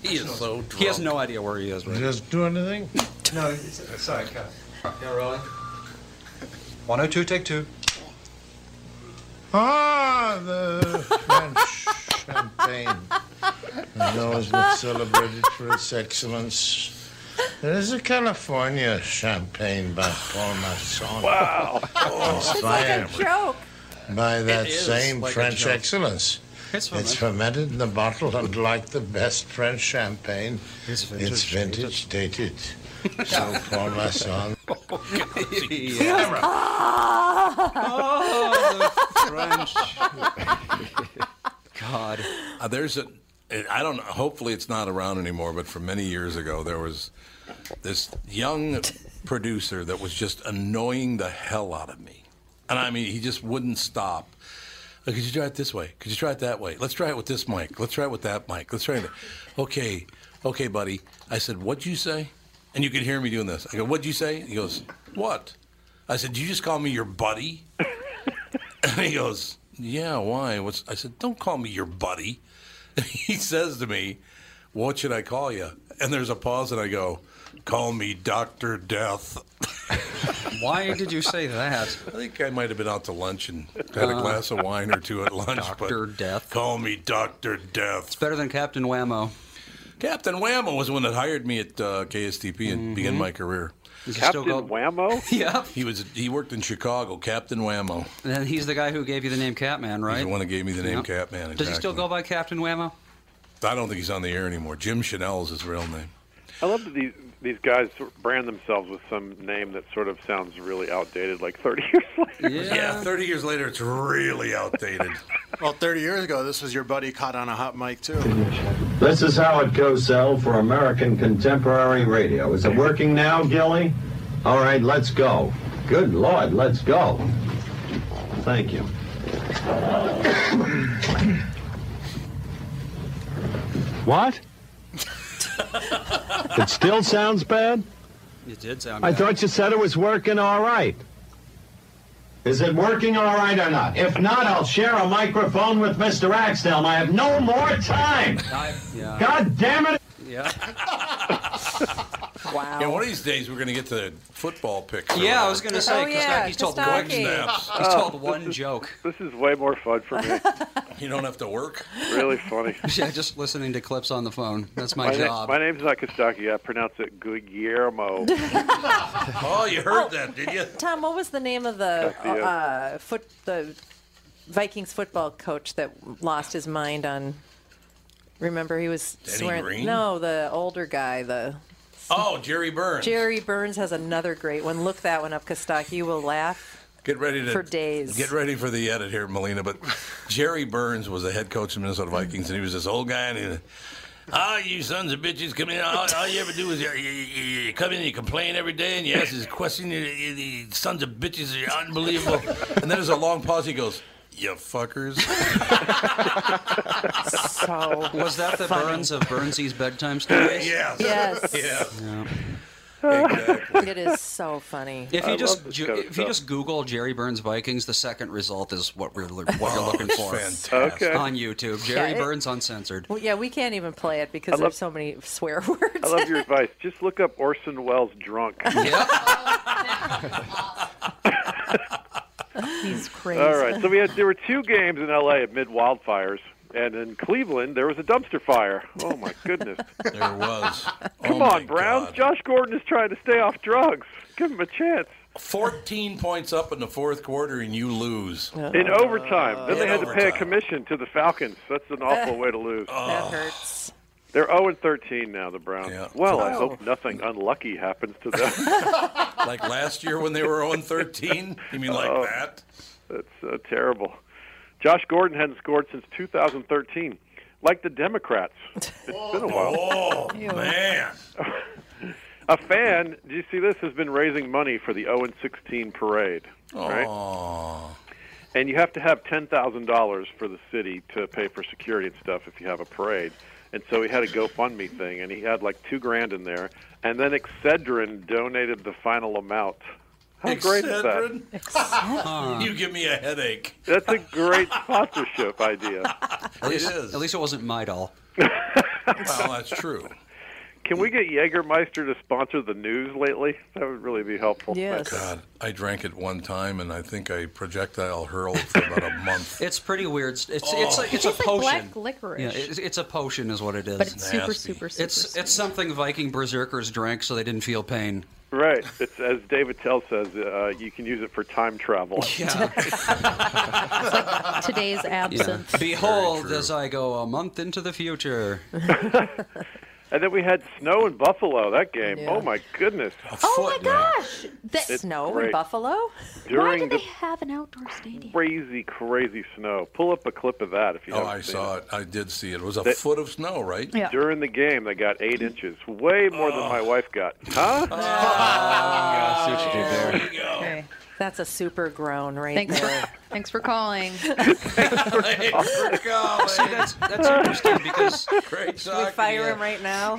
He is so drunk. He has no idea where he is right now. do anything? no, it's- sorry, cut. You're rolling. One oh two, take two. Ah, the French champagne knows was celebrated for its excellence. There is a California champagne by Paul Masson. Wow. Oh, It's like a Inspired joke. by that It is same like a French joke. excellence. It's It's fermented in the bottle, and like the best French champagne, it's vintage, dated. so Paul Masson. Oh, God. Uh, there's a, I don't know, hopefully it's not around anymore, but for many years ago, there was this young producer that was just annoying the hell out of me. And I mean, he just wouldn't stop. Like, could you try it this way? Could you try it that way? Let's try it with this mic. Let's try it with that mic. Let's try it. Okay, okay, buddy. I said, what'd you say? And you could hear me doing this. I go, what'd you say? He goes, what? I said, did you just call me your buddy? And he goes, Yeah, why? What's I said, Don't call me your buddy. And he says to me, What should I call you? And there's a pause, and I go, Call me Dr. Death. Why did you say that? I think I might have been out to lunch and had a Uh, glass of wine or two at lunch. Dr. But Death. Call me Dr. Death. It's better than Captain Whammo. Captain Whammo was the one that hired me at uh, KSTP and began my career. Mm-hmm. Is it still Captain called- Whammo? yeah. He was. He worked in Chicago. Captain Whammo. And then he's the guy who gave you the name Catman, right? He's the one that gave me the name Yeah. Catman. Exactly. Does he still go by Captain Whammo? I don't think he's on the air anymore. Jim Chanel is his real name. I love that these these guys sort of brand themselves with some name that sort of sounds really outdated, like 30 years later. Yeah. 30 years later, it's really outdated. well, 30 years ago, this was your buddy caught on a hot mic, too. This is how it goes, Sal, for American contemporary radio. Is it working now, Gilly? All right, let's go. Good Lord, let's go. Thank you. What? it still sounds bad? It did sound. I bad. thought you said it was working all right. Is it working all right or not? If not, I'll share a microphone with Mr. Axtell. and I have no more time. I, yeah. God damn it. Yeah. Wow. Yeah, one of these days we're going to get the football picks. or Yeah, I whatever. was gonna say Oh, yeah, he's told Kostaki. one snaps. He's Oh, told one joke. This is way more fun for me. You don't have to work. Really funny. Yeah, just listening to clips on the phone. That's my, na- job. my name's not Kostaki. I pronounce it Guillermo. oh, you heard that, did you? Tom, what was the name of the I see it. uh, foot the Vikings football coach that lost his mind on? Remember, he was Denny swearing. Green? No, the older guy, the Oh, Jerry Burns. Jerry Burns has another great one. Look that one up, Kostaki. You will laugh. Get ready to For days. Get ready for the edit here, Melina. But Jerry Burns was the head coach of the Minnesota Vikings, and he was this old guy, and he. Ah, you sons of bitches, come in. All, all you ever do is you, you, you you come in and you complain every day and you ask this question. You, you, you sons of bitches are unbelievable. And then there's a long pause. He goes, You fuckers. so Was that the Burns of Burnsy's bedtime stories? Yes. Yes. Yeah. It is so funny. If you just ju- if you just Google Jerry Burns Vikings, the second result is what we're lo- what you're looking for. Fantastic. Okay. on YouTube, Jerry Yeah, it- Burns uncensored. Well, yeah, we can't even play it because I love- there's so many swear words. I love your advice. Just look up Orson Welles drunk. He's crazy. All right. So we had there were two games in LA amid wildfires, and in Cleveland there was a dumpster fire. Oh my goodness! There was. Come on, Browns. Josh Gordon is trying to stay off drugs. Give him a chance. 14 points up in the fourth quarter and you lose. In overtime, then In they had to pay a overtime. Oh. commission to the Falcons. That's an awful way to lose. That hurts. They're 0 and 13 now, the Browns. Well, I hope nothing unlucky happens to them. Mm. like last year when they were 0 13? You mean like Oh. that? That's uh, terrible. Josh Gordon hadn't scored since 2013, like the Democrats. It's been a while. Oh, man. A fan, do you see this, has been raising money for the 0 and 16 parade, right? Oh. And you have to have $10,000 for the city to pay for security and stuff if you have a parade. And so he had a GoFundMe thing, and he had like two grand in there. And then Excedrin donated the final amount. How great is that? Excedrin? you give me a headache. That's a great sponsorship idea. At least, At least it wasn't my doll. Well, that's true. Can we get Jägermeister to sponsor the news lately? That would really be helpful. God, I drank it one time and I think I projectile hurled for about a month. It's pretty weird. It's it's, Oh. like it's It a tastes like potion. black licorice. Yeah, it's, it's a potion, is what it is. But it's super, Nasty. super, super It's it's something Viking berserkers drank so they didn't feel pain. Right. It's as David Tell says, uh, you can use it for time travel. Yeah. Today's Yeah. absent. Behold, as I go a month into the future. and then we had snow in Buffalo that game. Yeah. Oh my goodness! Oh my gosh! That It's snow in great. Buffalo. Why During do they the have an outdoor stadium? crazy, crazy snow. Pull up a clip of that if you Oh, haven't I seen saw it. I did see it. It was a That- foot of snow, right? Oh. Yeah. During the game, they got eight inches, way more than my wife got. Huh? That's a super groan right Thanks there. for thanks for calling. See, that's that's interesting because we fire him right now?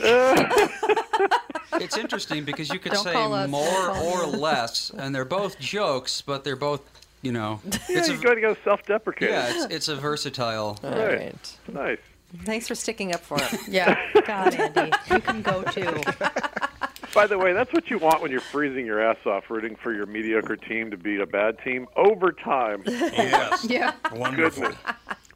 it's interesting because you could Don't say call us. more Don't call or us. less, and they're both jokes, but they're both you know. Yeah, It's a, you got to go self-deprecate. yeah, it's, it's a versatile. right. Nice. Thanks for sticking up for him. yeah. God, Andy, you can go too. By the way, that's what you want when you're freezing your ass off, rooting for your mediocre team to beat a bad team overtime. Yes. Yeah. Wonderful.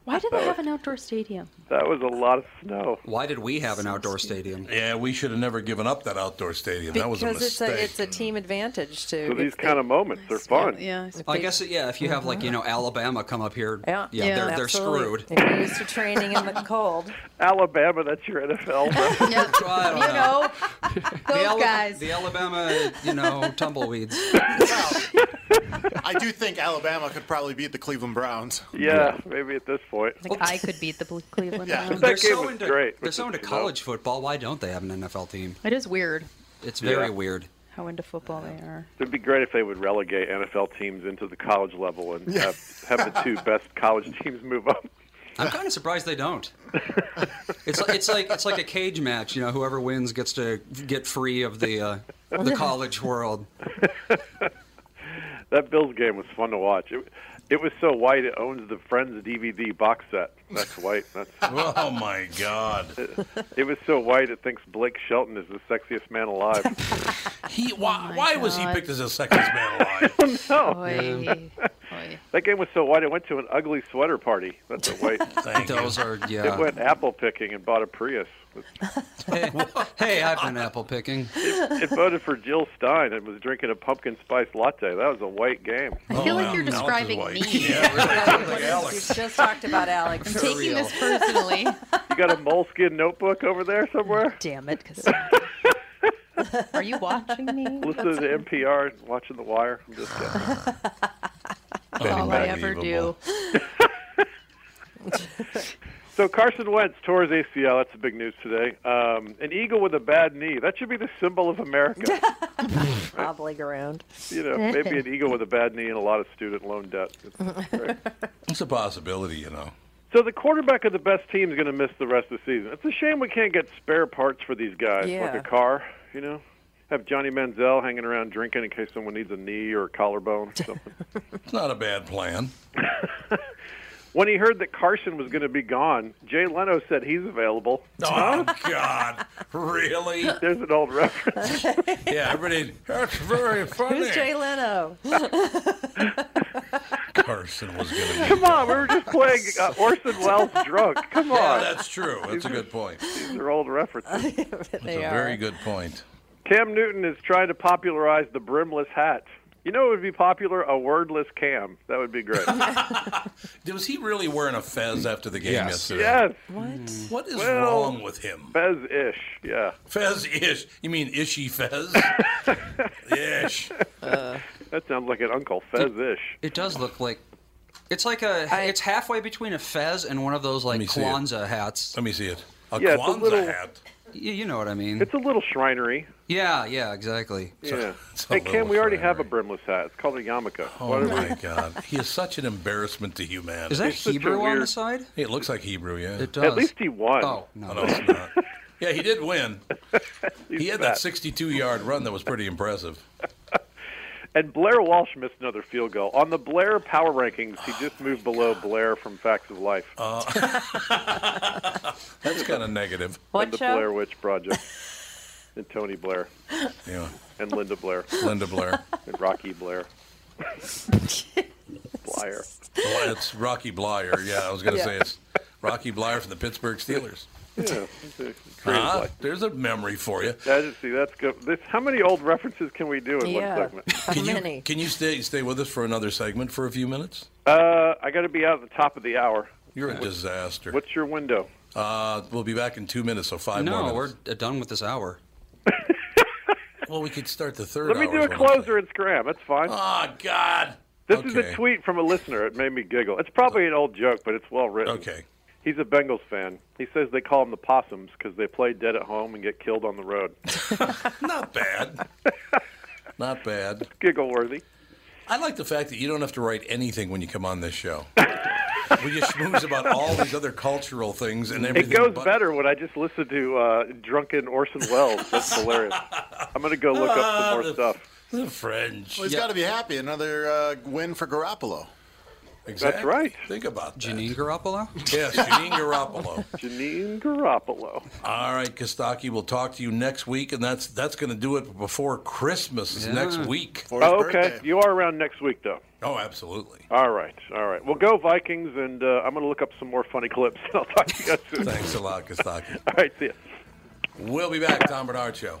Why do they have an outdoor stadium? That was a lot of snow. Why did we have an outdoor stadium? Yeah, we should have never given up that outdoor stadium. that was a Because it's mistake. a it's Oh a team advantage to So these kind of moments are fun. yeah. I guess yeah. If you have like you know Alabama come up here, yeah, they're they're absolutely. screwed. If you're used to training in the cold, Alabama, that's your NFL. Well, I don't know. the Ala- the Alabama, you know, tumbleweeds. I do think Alabama could probably beat the Cleveland Browns. yeah, maybe at this point. Like I could beat the Ble- Cleveland Yeah. Browns. They're game so was into great they're with so the into snow. college football. Why don't they have an NFL team? It is weird It's very Yeah. weird. how into football they are. It'd be great if they would relegate NFL teams into the college level and have, have the two best college teams move up. I'm kind of surprised they don't. It's like, it's like it's like a cage match. You know, whoever wins gets to get free of the uh, the college world. That Bills game was fun to watch. It, it was so white it owns the Friends DVD box set. That's white. That's oh my God. It was so white it thinks Blake Shelton is the sexiest man alive. He why, why was he picked as a second man alive? no. Oh. That game was so white I went to an ugly sweater party. That's a white. Thank you. Those are It yeah. went apple picking and bought a Prius. Hey, I've been apple picking. It voted for Jill Stein and was drinking a pumpkin spice latte. That was a white game. I feel like Oh, you're describing me. we just talked about Alex. I'm taking this personally. You got a moleskin notebook over there somewhere? Damn it, Cassandra. Are you watching me? Listening to NPR, and watching The Wire. I'm just kidding. That's all I ever do. So Carson Wentz tore his ACL. That's the big news today. Um, an eagle with a bad knee. That should be the symbol of America. Hobbling around. you know, maybe an eagle with a bad knee and a lot of student loan debt. It's great. It's a possibility, you know. So the quarterback of the best team is going to miss the rest of the season. It's a shame we can't get spare parts for these guys, like Yeah. a car. You know, have Johnny Manziel hanging around drinking in case someone needs a knee or a collarbone or something. It's not a bad plan. when he heard that Carson was going to be gone, Jay Leno said he's available. Oh God, really? There's an old reference. Yeah, everybody. That's very funny. Who's Jay Leno? Carson was going to. Come on, we were just playing uh, Orson Welles drunk. Come on. Yeah, that's true. That's a good point. These are old references. That's a very good point. Cam Newton is trying to popularize the brimless hat. You know, it would be popular a wordless cam. That would be great. Was he really wearing a fez after the game Yes. yesterday? Yes. What? What is Well, wrong with him? Fez ish, yeah. Fez ish. You mean ishy fez? ish. that sounds like an Uncle Fez ish. It does look like it's like a it's halfway between a fez and one of those like see it. Kwanzaa hats. Let me see it. A Yeah, it's a Kwanzaa little- hat? You, know what I mean? It's a little shrinery. Yeah, yeah, exactly. Yeah. Hey, Cam, we already have a brimless hat. It's called a yarmulke. Why Oh don't my we- God, he is such an embarrassment to humanity. Is that He's such a Hebrew on the weird- side? It looks like Hebrew, yeah. It Oh, At least he won. no, it's not. Yeah, he did win. he had that 62-yard run that was pretty impressive. And Blair Walsh missed another field goal. On the Blair power rankings, he just Oh, moved below Blair from Facts of Life. That's kind of negative. and the Blair Witch Project. and Tony Blair. Yeah. And Linda Blair. Linda Blair. And Rocky Blair. Blair. Well, it's Rocky Blyer. Yeah, I was going to Yeah. say it's Rocky Blyer from the Pittsburgh Steelers. Yeah. Creative Huh? life. There's a memory for you. I just see that's good. This, how many old references can we do in Yeah. one segment? Can you, can you stay stay with us for another segment for a few minutes? Uh, I got to be out at the top of the hour. You're a disaster. What's your window? Uh, we'll be back in two minutes, so five more no, minutes. we're d- done with this hour. well, we could start the third. Let me hour do is a what I'm closer and scram. That's fine. Oh, God. This is Okay. a tweet from a listener. It made me giggle. It's probably an old joke, but it's well written. Okay. He's a Bengals fan. He says they call them the possums because they play dead at home and get killed on the road. Not bad. Giggle worthy. I like the fact that you don't have to write anything when you come on this show. we just schmooze about all these other cultural things and everything. It goes but- better when I just listen to uh, drunken Orson Welles. That's hilarious. I'm going to go look up some Ah, more the- stuff. The French. Well, he's got to be happy. Another uh, win for Garoppolo. That's right. Think about that. Janine Garoppolo? Yes, Janine Garoppolo. Janine Garoppolo. All right, Kostaki, we'll talk to you next week, and that's that's going to do it before Christmas is next Yeah. week. Oh, okay. You are around next week, though. Oh, absolutely. All right. All right. Well, go Vikings, and uh, I'm going to look up some more funny clips. I'll talk to you guys soon. Thanks a lot, Kostaki. All right. See ya. We'll be back, Tom Bernard Show.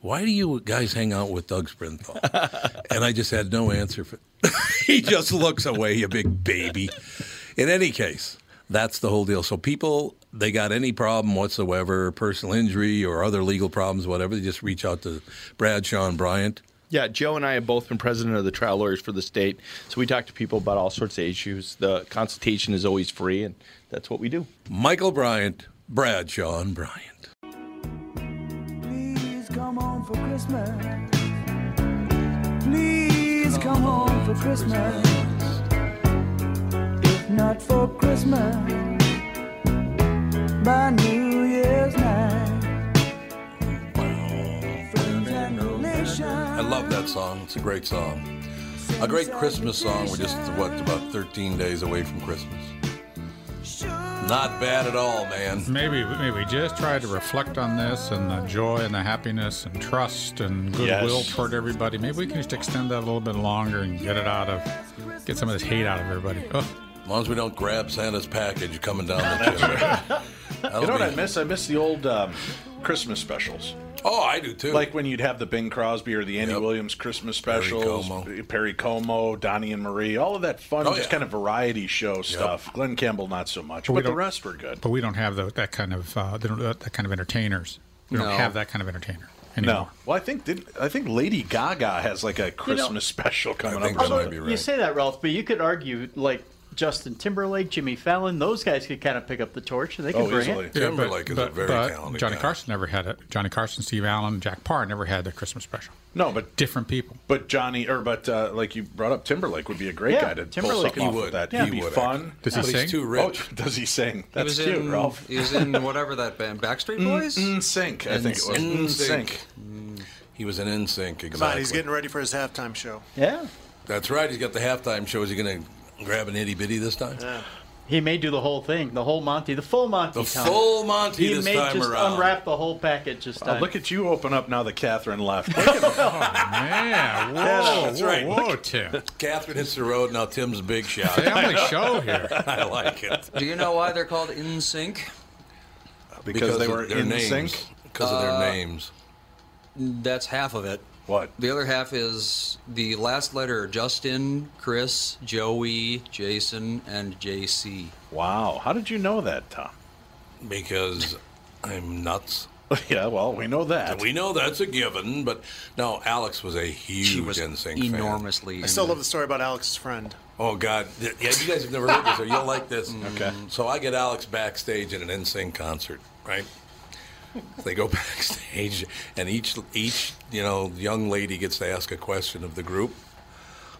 "Why do you guys hang out with Doug Sprinthal?" and I just had no answer for. he just looks away, you big baby. In any case, that's the whole deal. So people, they got any problem whatsoever, personal injury or other legal problems, whatever, they just reach out to Bradshaw and Bryant. Yeah, Joe and I have both been president of the trial lawyers for the state, so we talk to people about all sorts of issues. The consultation is always free, and that's what we do. Michael Bryant, Bradshaw and Bryant. Please come home for Christmas. Please come home for Christmas. If not for Christmas, by New Year's night. Friends and relations. I love that song. It's a great song. A great Christmas song. We're just, what, about 13 days away from Christmas. Not bad at all, man. Maybe, maybe just try to reflect on this and the joy and the happiness and trust and goodwill Yes. toward everybody. Maybe we can just extend that a little bit longer and get it out of, get some of this hate out of everybody. Ugh. As long as we don't grab Santa's package coming down the chimney. That'll you know what be- I miss? I miss the old um, Christmas specials. Oh, I do too. Like when you'd have the Bing Crosby or the Andy Williams Christmas specials, Perry Como. Donnie and Marie, all of that fun, Oh, just yeah. kind of variety show stuff. Glenn Campbell, not so much, we but the don't- rest were good. But we don't have tho- that kind of, uh, they don't, that kind of entertainers. We No. don't have that kind of entertainer. No, well, I think did I think Lady Gaga has like a Christmas special coming up. or Although something. You say that, Ralph, but you could argue like Justin Timberlake, Jimmy Fallon, those guys could kind of pick up the torch and they could Oh, bring it. Yeah, but- but- but Johnny Carson never had it. Johnny Carson, Steve Allen, Jack Parr never had their Christmas special. No, but different people. But Johnny, or but uh, like you brought up, Timberlake would be a great Yeah, guy to pull Timberlake something would- off with that. yeah. He'd he be would, fun. actually. Does he But he's sing? Oh, too rich. does he sing? That's he was cute, in, Ralph. He was in whatever that band, Backstreet Mm, Boys? NSYNC, I think it was. Mm, NSYNC. Mm. He was an NSYNC. Exactly. Come on, he's getting ready for his halftime show. Yeah. That's right. He's got the halftime show. Is he going to grab an itty bitty this time? He may do the whole thing, the whole Monty, the full Monty. The Tom. full Monty He this may time just around. unwrap the whole package this Oh, time. look at you open up now that Catherine left. Yeah, whoa, that's right. whoa, Tim. Catherine hits the road. Now Tim's big shot. Family show here. I like it. Do you know why they're called In Sync? Because they were in sync? Because of their Uh, names. That's half of it. What? The other half is the last letter Justin, Chris, Joey, Jason, and JC. Wow. How did you know that, Tom? Because I'm nuts. yeah, well, we know that. We know that's a given, but no, Alex was a huge NSYNC fan. I still love the story about Alex's friend. Oh God! Yeah, you guys have never heard this, or you'll like this. Okay. So I get Alex backstage at an NSYNC concert, right? They go backstage, and each each you know young lady gets to ask a question of the group.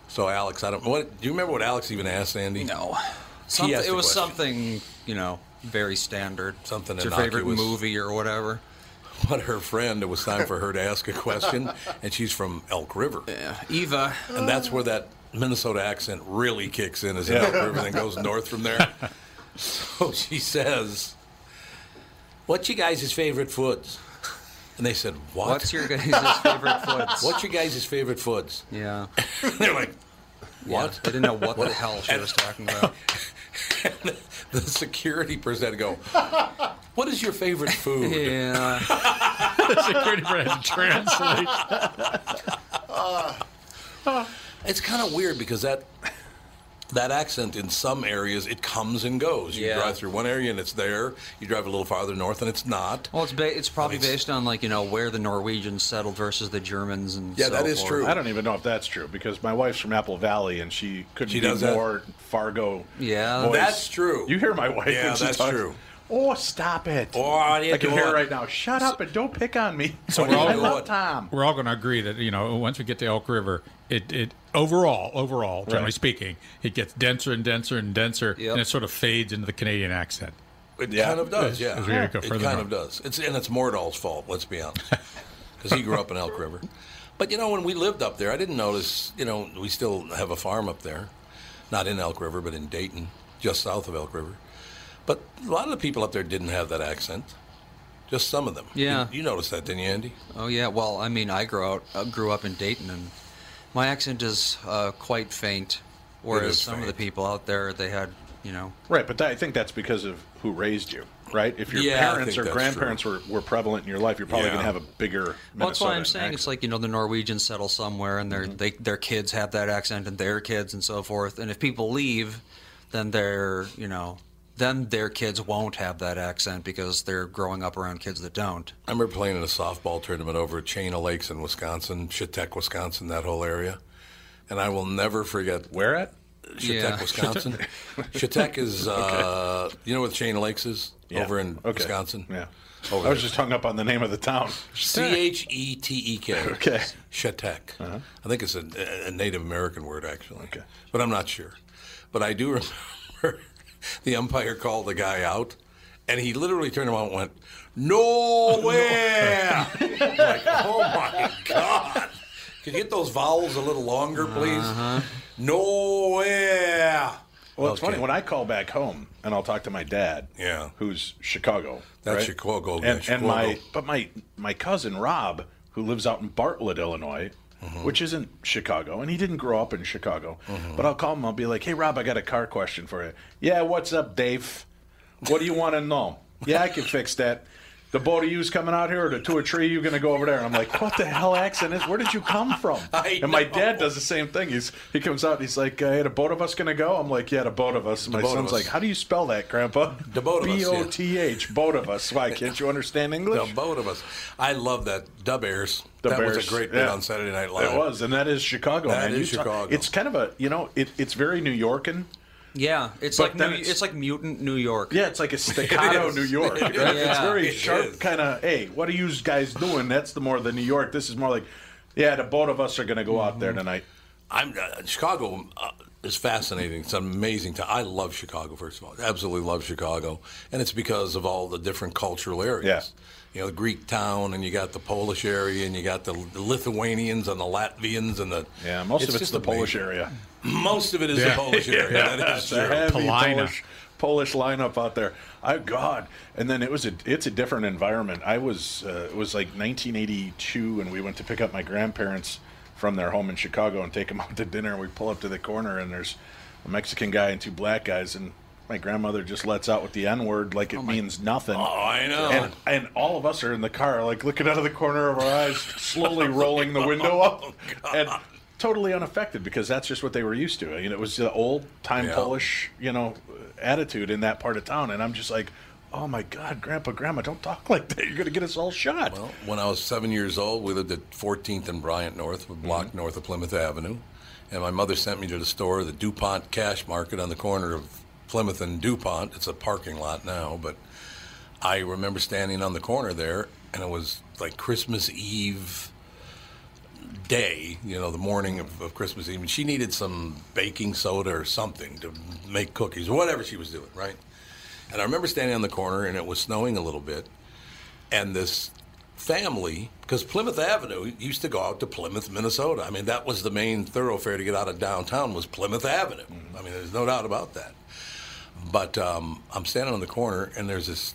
So Alex, I don't what do you remember what Alex even asked Andy? No. Something, it was something, you know, very standard. Something It's your favorite innocuous. movie or whatever. But her friend, it was time for her to ask a question, and she's from Elk River. Yeah, Eva. And that's where that Minnesota accent really kicks in, is in Yeah. Elk River, and then goes north from there. So she says, What's your guys' favorite foods? And they said, What? What's your guys' favorite foods? What's your guys' favorite foods? Yeah. They're like, What? I didn't know what the hell she was talking about. the security person go, What is your favorite food? Yeah. security person translates. It's kind of weird because that that accent in some areas it comes and goes. You Yeah. drive through one area and it's there. You drive a little farther north and it's not. Well, it's ba- it's probably based on like you know where the Norwegians settled versus the Germans and so forth. I don't even know if that's true because my wife's from Apple Valley and she couldn't She be does that? more Fargo. Yeah. voice. That's true. You hear my wife? Yeah, when she that's talks, true. Oh, stop it! Oh, I can hear it right now. Shut up and don't pick on me. So we're I all love Tom. We're all going to agree that you know once we get to Elk River, it it overall overall generally Right. speaking, it gets denser and denser and denser, and it sort of fades into the Canadian accent. It kind of does. As- Yeah, as we go it further kind north. of does. It's and it's Mordall's fault. Let's be honest, because he grew up in Elk River. But you know, when we lived up there, I didn't notice. You know, we still have a farm up there, not in Elk River, but in Dayton, just south of Elk River. But a lot of the people up there didn't have that accent. Just some of them. Yeah. you, you noticed that, didn't you, Andy? Oh yeah. Well, I mean, I grew out uh, grew up in Dayton, and my accent is uh, quite faint. Whereas is some of the people out there, they had you know. Right, but that, I think that's because of who raised you, right? If your Yeah, I parents think or that's grandparents were, were prevalent in your life, you're probably Yeah. going to have a bigger. Well, that's why I'm Minnesotan saying accent. it's like you know the Norwegians settle somewhere, and Mm-hmm. their they, their kids have that accent, and their kids, and so forth. And if people leave, then they're you know then their kids won't have that accent because they're growing up around kids that don't. I remember playing in a softball tournament over at Chain of Lakes in Wisconsin, Chittek, Wisconsin, that whole area. And I will never forget. Where at? Chittek, Yeah. Wisconsin. Chittek is, uh, you know what Chain of Lakes is? Yeah. Over in Okay. Wisconsin? Yeah. Over I was there. just hung up on the name of the town. C H E T E K. Okay. Uh-huh. Shetek. I think it's a, a Native American word, actually. Okay. But I'm not sure. But I do remember the umpire called the guy out, and he literally turned around and went, Nowhere! like, oh my God. Could you get those vowels a little longer, Uh-huh. please? Nowhere! Well, it's Uh-huh. Okay. funny when I call back home and I'll talk to my dad. Yeah. Who's Chicago? That's right? Chicago, And, yeah, and Chicago. my but my my cousin Rob, who lives out in Bartlett, Illinois, Uh-huh. which isn't Chicago, and he didn't grow up in Chicago. But I'll call him. I'll be like, "Hey, Rob, I got a car question for you. Yeah, what's up, Dave? What do you want to know? Yeah, I can fix that." The boat of you's coming out here, or the two or three you gonna go over there? And I'm like, what the hell accent is? Where did you come from? I and my know. dad does the same thing. He's he comes out and he's like, uh, "Hey, the boat of us gonna go?" I'm like, "Yeah, the boat of us." The My boat of son's us. like, "How do you spell that, Grandpa?" The boat of us, B yeah. O T H, boat of us. Why can't you understand English? The both of us. I love that. Dub Airs. The that was Bears, a great bit yeah. on Saturday Night Live. It was, and that is Chicago. That man. is You talk- Chicago. it's kind of a you know, it, it's very New Yorkin. Yeah, it's But like then New, it's- it's, like mutant New York. Yeah, it's like a staccato New York. Right? It's very It sharp, is. kind of. Hey, what are you guys doing? That's the more the New York. This is more like, yeah, the both of us are gonna go out there tonight. I'm uh, Chicago uh, is fascinating. It's an amazing town. I love Chicago. First of all, absolutely love Chicago, and it's because of all the different cultural areas. You know, the Greek town, and you got the Polish area, and you got the Lithuanians and the Latvians and the Yeah, most of it's just the Polish amazing. area. Most of it is the Polish area. That is It's a true. heavy Polish, Polish lineup out there. I God, and then it was a it's a different environment. I was uh, it was like 1982, and we went to pick up my grandparents from their home in Chicago and take them out to dinner. And we pull up to the corner, and there's a Mexican guy and two black guys, and my grandmother just lets out with the N word like it means nothing. Oh, I know. And, and all of us are in the car, like looking out of the corner of our eyes, slowly rolling the Oh, window up, and totally unaffected because that's just what they were used to. You know, it was the old time Yeah. Polish, you know, attitude in that part of town. And I'm just like, oh my God, Grandpa, Grandma, don't talk like that. You're going to get us all shot. Well, when I was seven years old, we lived at 14th and Bryant North, a block north of Plymouth Avenue. And my mother sent me to the store, the DuPont Cash Market on the corner of Plymouth and DuPont. It's a parking lot now, but I remember standing on the corner there, and it was like Christmas Eve day, you know, the morning of, of Christmas Eve. And she needed some baking soda or something to make cookies, or whatever she was doing, right? And I remember standing on the corner, and it was snowing a little bit, and this family, because Plymouth Avenue used to go out to Plymouth, Minnesota. I mean, that was the main thoroughfare to get out of downtown was Plymouth Avenue. I mean, there's no doubt about that. But um, I'm standing on the corner, and there's this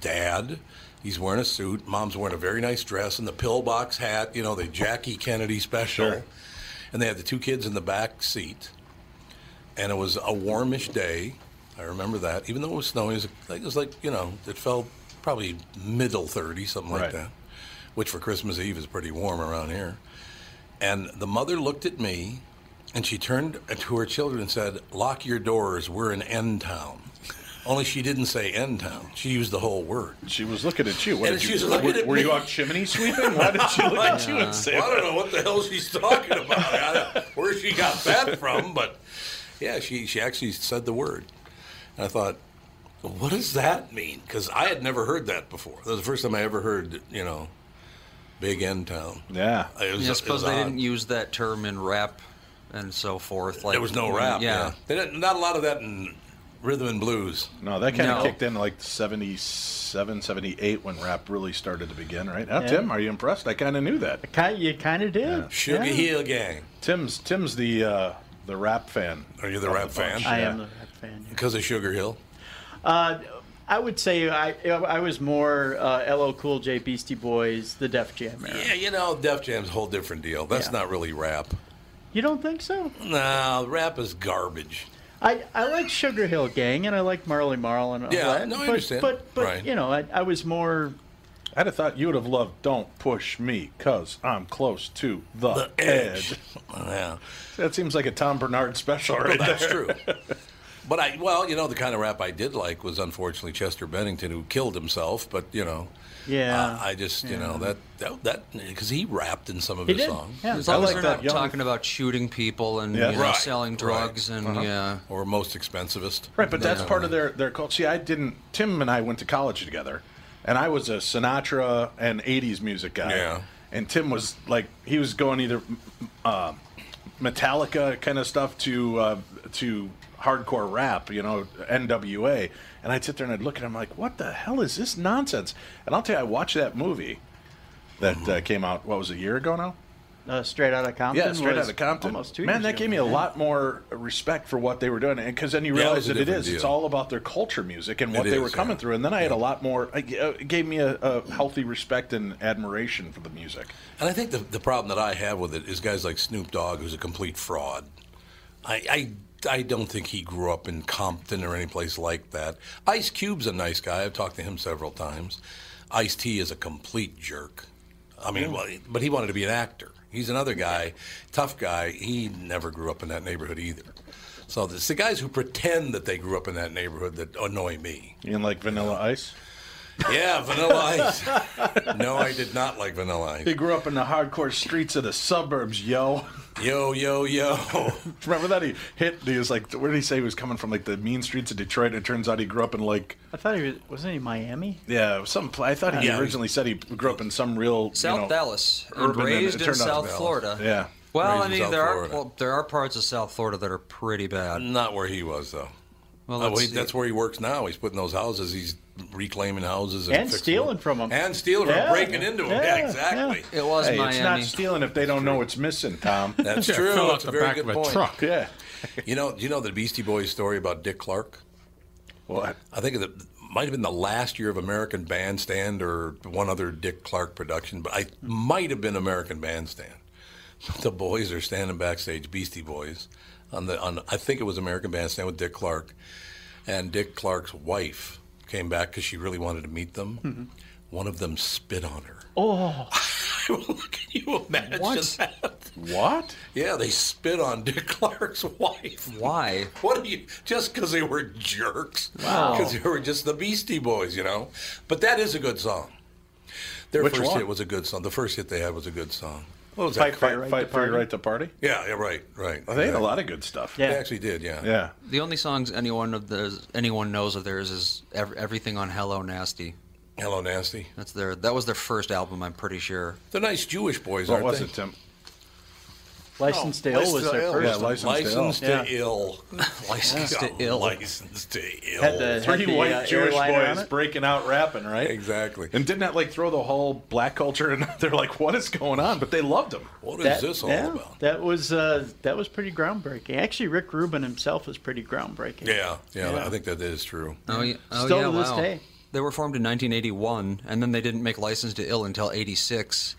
dad. He's wearing a suit. Mom's wearing a very nice dress and the pillbox hat. You know, the Jackie Kennedy special. And they had the two kids in the back seat. And it was a warmish day. I remember that. Even though it was snowing, it was like, it was like you know, it felt probably middle 30, something like Right. that, which for Christmas Eve is pretty warm around here. And the mother looked at me and she turned to her children and said, Lock your doors. We're in End Town. Only she didn't say End Town. She used the whole word. She was looking at you. What and did she you- was looking were- at were me. you out chimney sweeping? Why did she look at you and say Well, I that? don't know what the hell she's talking about. I don't know where she got that from, but yeah, she, she actually said the word. And I thought, what does that mean? Because I had never heard that before. That was the first time I ever heard, you know, Big End Town. Yeah. It was, Yeah, I it suppose was they odd. didn't use that term in rap and so forth. Like there was no rap. Yeah, yeah. They didn't, not a lot of that in rhythm and blues. No, that kind of No. kicked in like 77, 78 when rap really started to begin, right? Now, Yeah. Tim, are you impressed? I kind of knew that. Kind, you kind of did. Sugar yeah. Hill Gang. Tim's Tim's the uh, the rap fan. Are you the of rap bunch, fan? I Yeah. am the rap fan. Because of Sugar Hill. Uh, I would say I I was more uh, LL Cool J, Beastie Boys, the Def Jam era. Yeah, you know, Def Jam's a whole different deal. That's not really rap. You don't think so? Nah, rap is garbage. I, I like Sugar Hill Gang and I like Marley Marl and all Yeah, that. no, I but, understand. But but Right. you know I, I was more. I'd have thought you would have loved Don't Push Me, cause I'm close to the, The edge. edge. Yeah. That seems like a Tom Bernard special Well, right that's there. true. But I, well, you know, the kind of rap I did like was unfortunately Chester Bennington, who killed himself. But you know, Yeah. uh, I just you know that that that because he rapped in some of He his did, songs. yeah. As long I as like they're not that young- talking about shooting people and, you know, selling drugs and, yeah. or most expensivest. Right, but that's part of their their culture. See, I didn't. Tim and I went to college together, and I was a Sinatra and '80s music guy. Yeah. And Tim was like, he was going either uh, Metallica kind of stuff to uh, to hardcore rap, you know, N.W.A. And I'd sit there and I'd look at him like, what the hell is this nonsense? And I'll tell you, I watched that movie that Mm-hmm. uh, came out. What was it, a year ago now? Uh, straight out of Compton. Yeah, straight was out of Compton. Almost two Man, years that ago. gave me a Yeah. lot more respect for what they were doing, and because then you Yeah, it realize was a that it different is. It's deal. all about their culture, music, and what It they were is, coming through. And then I had a lot more. I- It gave me a, a healthy respect and admiration for the music. And I think the, the problem that I have with it is guys like Snoop Dogg, who's a complete fraud. I, I, I don't think he grew up in Compton or any place like that. Ice Cube's a nice guy. I've talked to him several times. Ice T is a complete jerk. I mean, Yeah. well, but he wanted to be an actor. He's another guy, tough guy. He never grew up in that neighborhood either. So it's the guys who pretend that they grew up in that neighborhood that annoy me. You didn't like Vanilla Ice? Yeah, Vanilla Ice. no, I did not like Vanilla Ice. They grew up in the hardcore streets of the suburbs, yo. Yo, yo, yo. Remember that he hit? He was like, where did he say he was coming from? Like the mean streets of Detroit. It turns out he grew up in like, I thought he was wasn't he Miami? yeah, some. pla- I thought he Yeah. originally said he grew up in some real South you know, Dallas, and urban, it raised in turned out to South be- Florida. Yeah. Well, Raised I in mean, South there Florida. are well, there are parts of South Florida that are pretty bad. Not where he was though. Well, Oh, let's he- see. that's where he works now. He's putting those houses. He's reclaiming houses and, And fixing stealing them. from them. And stealing from Yeah. breaking into them. Yeah, Yeah, exactly. yeah. It was hey, it's not stealing if they don't know it's missing, Tom. That's true. That's a very good point. Yeah. you know, do you know the Beastie Boys story about Dick Clark? What? I think it might have been the last year of American Bandstand or one other Dick Clark production, but I might have been American Bandstand. The boys are standing backstage, Beastie Boys, on the on. I think it was American Bandstand with Dick Clark, and Dick Clark's wife came back because she really wanted to meet them. Mm-hmm. One of them spit on her. Oh. Can you imagine that? What? Yeah, they spit on Dick Clark's wife. Why? What are you? Just because they were jerks. Wow. Because they were just the Beastie Boys, you know. But that is a good song. Their Which first one? hit was a good song. The first hit they had was a good song. What was that? Fight, fight for your right to party. Yeah, yeah, right, right. Oh, they had a lot of good stuff. They Yeah. actually did, yeah. Yeah. The only songs anyone of theirs, anyone knows of theirs is ev- everything on Hello Nasty. Hello Nasty. That's their. That was their first album, I'm pretty sure. They're nice Jewish boys, What aren't was they? it, Tim? Oh, License to Ill was their first. one. License to Ill. Yeah. Ill. License to Ill. Had the- had Three the, white uh, Jewish airliner on boys it? breaking out rapping, right? Exactly. And didn't that like throw the whole black culture? And they're like, "What is going on?" But they loved him. What is That- yeah, That was uh, that was pretty groundbreaking. Actually, Rick Rubin himself is pretty groundbreaking. Yeah, yeah, Yeah. I think that is true. Oh yeah. Oh, Still yeah, to this wow. day. They were formed in 1981, and then they didn't make License to Ill until '86.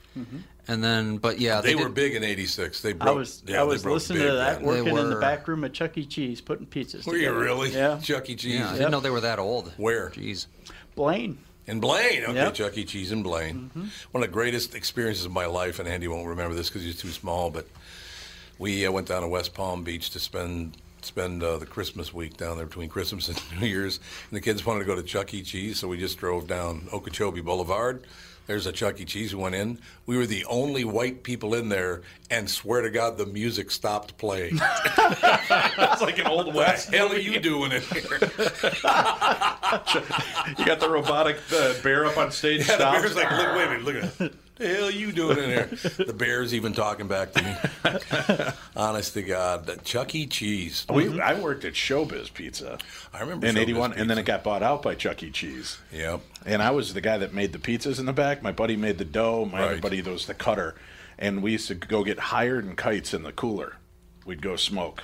And then, but yeah, They were did- big in '86. They I was I was listening to that then. working They in the were. back room at Chuck E. Cheese putting pizzas. Were you together. really? Yeah. Chuck E. Cheese. Yeah, I Yep. didn't know they were that old. Where? Jeez. Blaine. In Blaine, okay, Yep. Mm-hmm. Chuck E. Cheese in Blaine. One of the greatest experiences of my life, and Andy won't remember this because he's too small. But we uh, went down to West Palm Beach to spend spend uh, the Christmas week down there between Christmas and New Year's, and the kids wanted to go to Chuck E. Cheese, so we just drove down Okeechobee Boulevard. There's a Chuck E. Cheese. We went in. We were the only white people in there, and swear to God, the music stopped playing. It's like an old what west. the hell are you doing in here? You got the robotic uh, bear up on stage. Yeah, the stops. bear's like, look, wait a minute, look at that. The hell you doing in there? The bear's even talking back to me. Honest to God, that Chuck E. Cheese. We, I worked at Showbiz Pizza. I remember in Showbiz '81, and then it got bought out by Chuck E. Cheese. Yep. And I was the guy that made the pizzas in the back. My buddy made the dough. My other Right. buddy was the cutter. And we used to go get hired in kites in the cooler. Weed go smoke,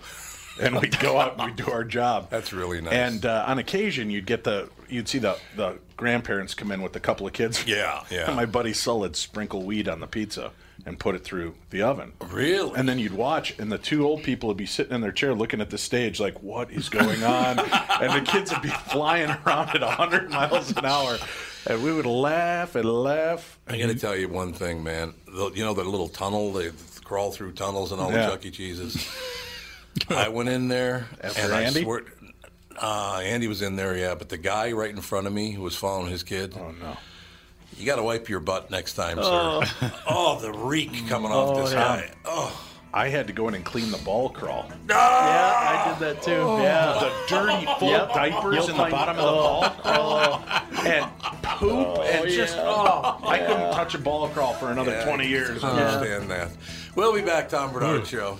and we'd go out and we'd do our job. That's really nice. And uh, on occasion, you'd get the you'd see the the grandparents come in with a couple of kids. Yeah, yeah. And my buddy Sullid sprinkle weed on the pizza and put it through the oven. Really? And then you'd watch, and the two old people would be sitting in their chair looking at the stage like, "What is going on?" and the kids would be flying around at 100 miles an hour, and we would laugh and laugh. I got to tell you one thing, man. The, you know the little tunnel, they crawl through tunnels and all Yeah. the Chuck E. Cheeses. I went in there After and I Andy? swear, Uh, Andy was in there, yeah, but the guy right in front of me who was following his kid. Oh no! You got to wipe your butt next time, sir. Oh, the reek coming off this guy. Oh. I had to go in and clean the ball crawl. Yeah, I did that too. Yeah, The dirty full Yep. diapers You'll in the find- Oh, bottom of the ball crawl and poop and just oh, I couldn't touch a ball crawl for another Yeah, twenty years. I understand that. We'll be back, Tom Bernard Show.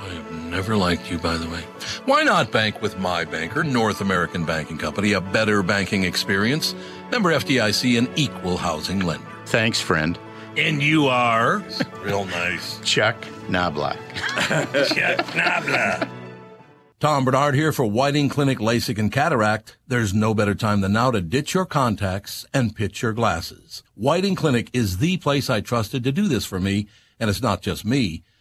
I have never liked you, by the way. Why not bank with my banker, North American Banking Company, a better banking experience? Member FDIC, an equal housing lender. Thanks, friend. And you are? Real nice. Chuck Knobloch. Chuck Knobloch. Tom Bernard here for Whiting Clinic LASIK and Cataract. There's no better time than now to ditch your contacts and pitch your glasses. Whiting Clinic is the place I trusted to do this for me, and it's not just me.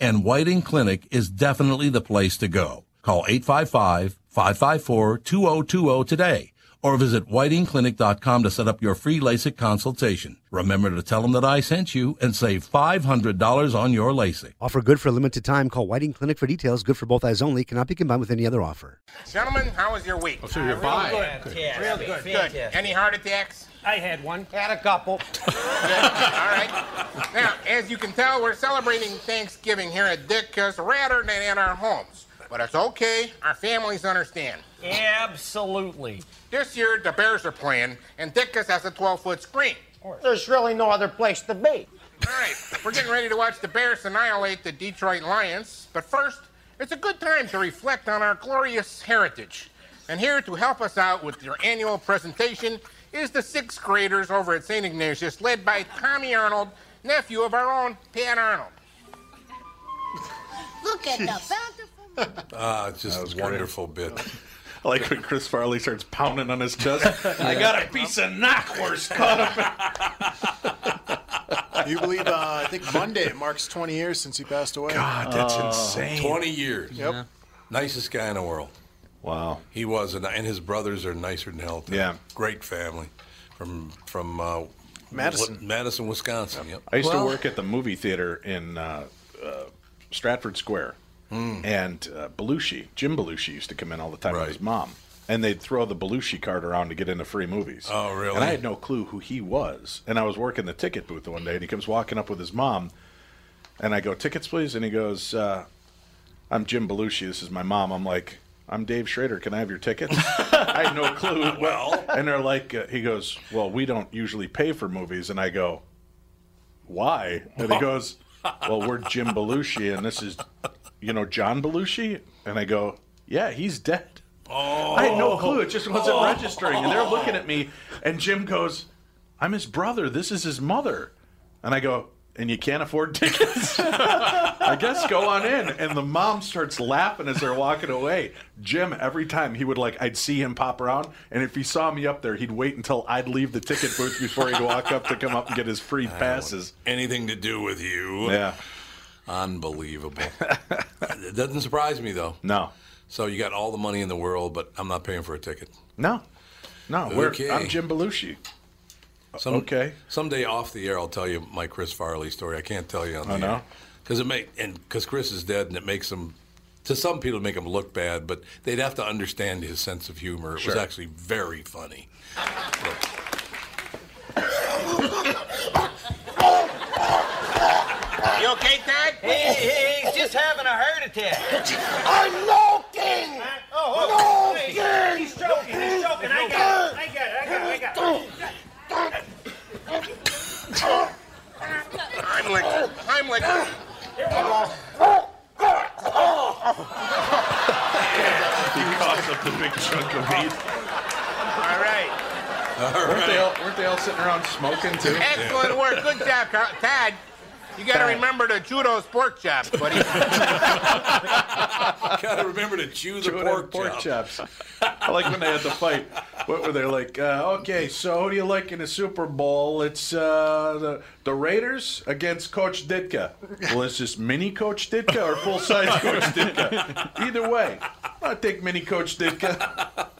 And Whiting Clinic is definitely the place to go. Call 855-554-2020 today or visit whitingclinic.com to set up your free LASIK consultation. Remember to tell them that I sent you and save $500 on your LASIK. Offer good for a limited time. Call Whiting Clinic for details. Good for both eyes only. Cannot be combined with any other offer. Gentlemen, how was your week? Oh, so you're Real bi. good. Fantastic. Real good. Good. Fantastic. Any heart attacks? I had one. Had a couple. Good. All right. Now, as you can tell, we're celebrating Thanksgiving here at Ditka's rather than at our homes. But it's okay. Our families understand. Absolutely. This year, the Bears are playing, and Ditka's has a 12-foot screen. There's really no other place to be. All right, we're getting ready to watch the Bears annihilate the Detroit Lions, but first, it's a good time to reflect on our glorious heritage. And here to help us out with your annual presentation is the sixth graders over at St. Ignatius, led by Tommy Arnold, nephew of our own Pat Arnold. Look at the fountain. Ah, it's just a wonderful bit. I like when Chris Farley starts pounding on his chest. I got a piece of knockwurst caught up Do you believe? Uh, I think Monday it marks 20 years since he passed away. Ah, God, that's insane. 20 Oh. years. Yep. Nicest guy in the world. Wow. He was, and, and his brothers are nicer than hell. Too. Yeah. Great family from from uh, Madison. Wi- Madison, Wisconsin. Yep. I used to work at the movie theater in uh, uh, Stratford Square, Hmm. and uh, Belushi, Jim Belushi, used to come in all the time with his mom, and they'd throw the Belushi card around to get into free movies. Oh, really? And I had no clue who he was, and I was working the ticket booth one day, and he comes walking up with his mom, and I go, "Tickets, please," and he goes, uh, "I'm Jim Belushi. This is my mom." I'm like. I'm Dave Schrader. Can I have your tickets? I had no clue. Well, and they're like, uh, he goes, "Well, we don't usually pay for movies." And I go, why? And he goes, well, we're Jim Belushi, and this is, you know, John Belushi. And I go, yeah, he's dead. Oh, I had no clue. It just wasn't Oh. registering. And they're looking at me, and Jim goes, I'm his brother. This is his mother. And I go, and you can't afford tickets? I guess go on in. And the mom starts laughing as they're walking away. Jim, every time he would like, I'd see him pop around, and if he saw me up there, he'd wait until I'd leave the ticket booth before he'd walk up to come up and get his free passes. Anything to do with you? Yeah. Unbelievable. it doesn't surprise me though. No. So you got all the money in the world, but I'm not paying for a ticket. No, no. we're- Okay. I'm Jim Belushi. Some, okay. Someday off the air, I'll tell you my Chris Farley story. I can't tell you on the Oh, no? because it may and because Chris is dead, and it makes him to some people to make him look bad, but they'd have to understand his sense of humor. It Sure. was actually very funny. You okay, Dad? Hey, hey, he's just having a heart attack. I'm looking! oh, Looking! hey, he's choking, he's choking. I got it, I got it, I got it, I got it. I'm licking. I'm licking. He coughs up the big chunk of meat. All right. Weren't, they all, weren't they all sitting around smoking too? Excellent work. Good job, Carl. Tad. You got to Tad. remember the judo pork chop, buddy. Gotta remember to chew the Chewing pork, on pork chop. chops. I like when they had the fight. What were they like? Uh, okay, so who do you like in the Super Bowl? It's uh, the, the Raiders against Coach Ditka. Well, it's just mini Coach Ditka or full size Coach Ditka. Either way, I take mini Coach Ditka.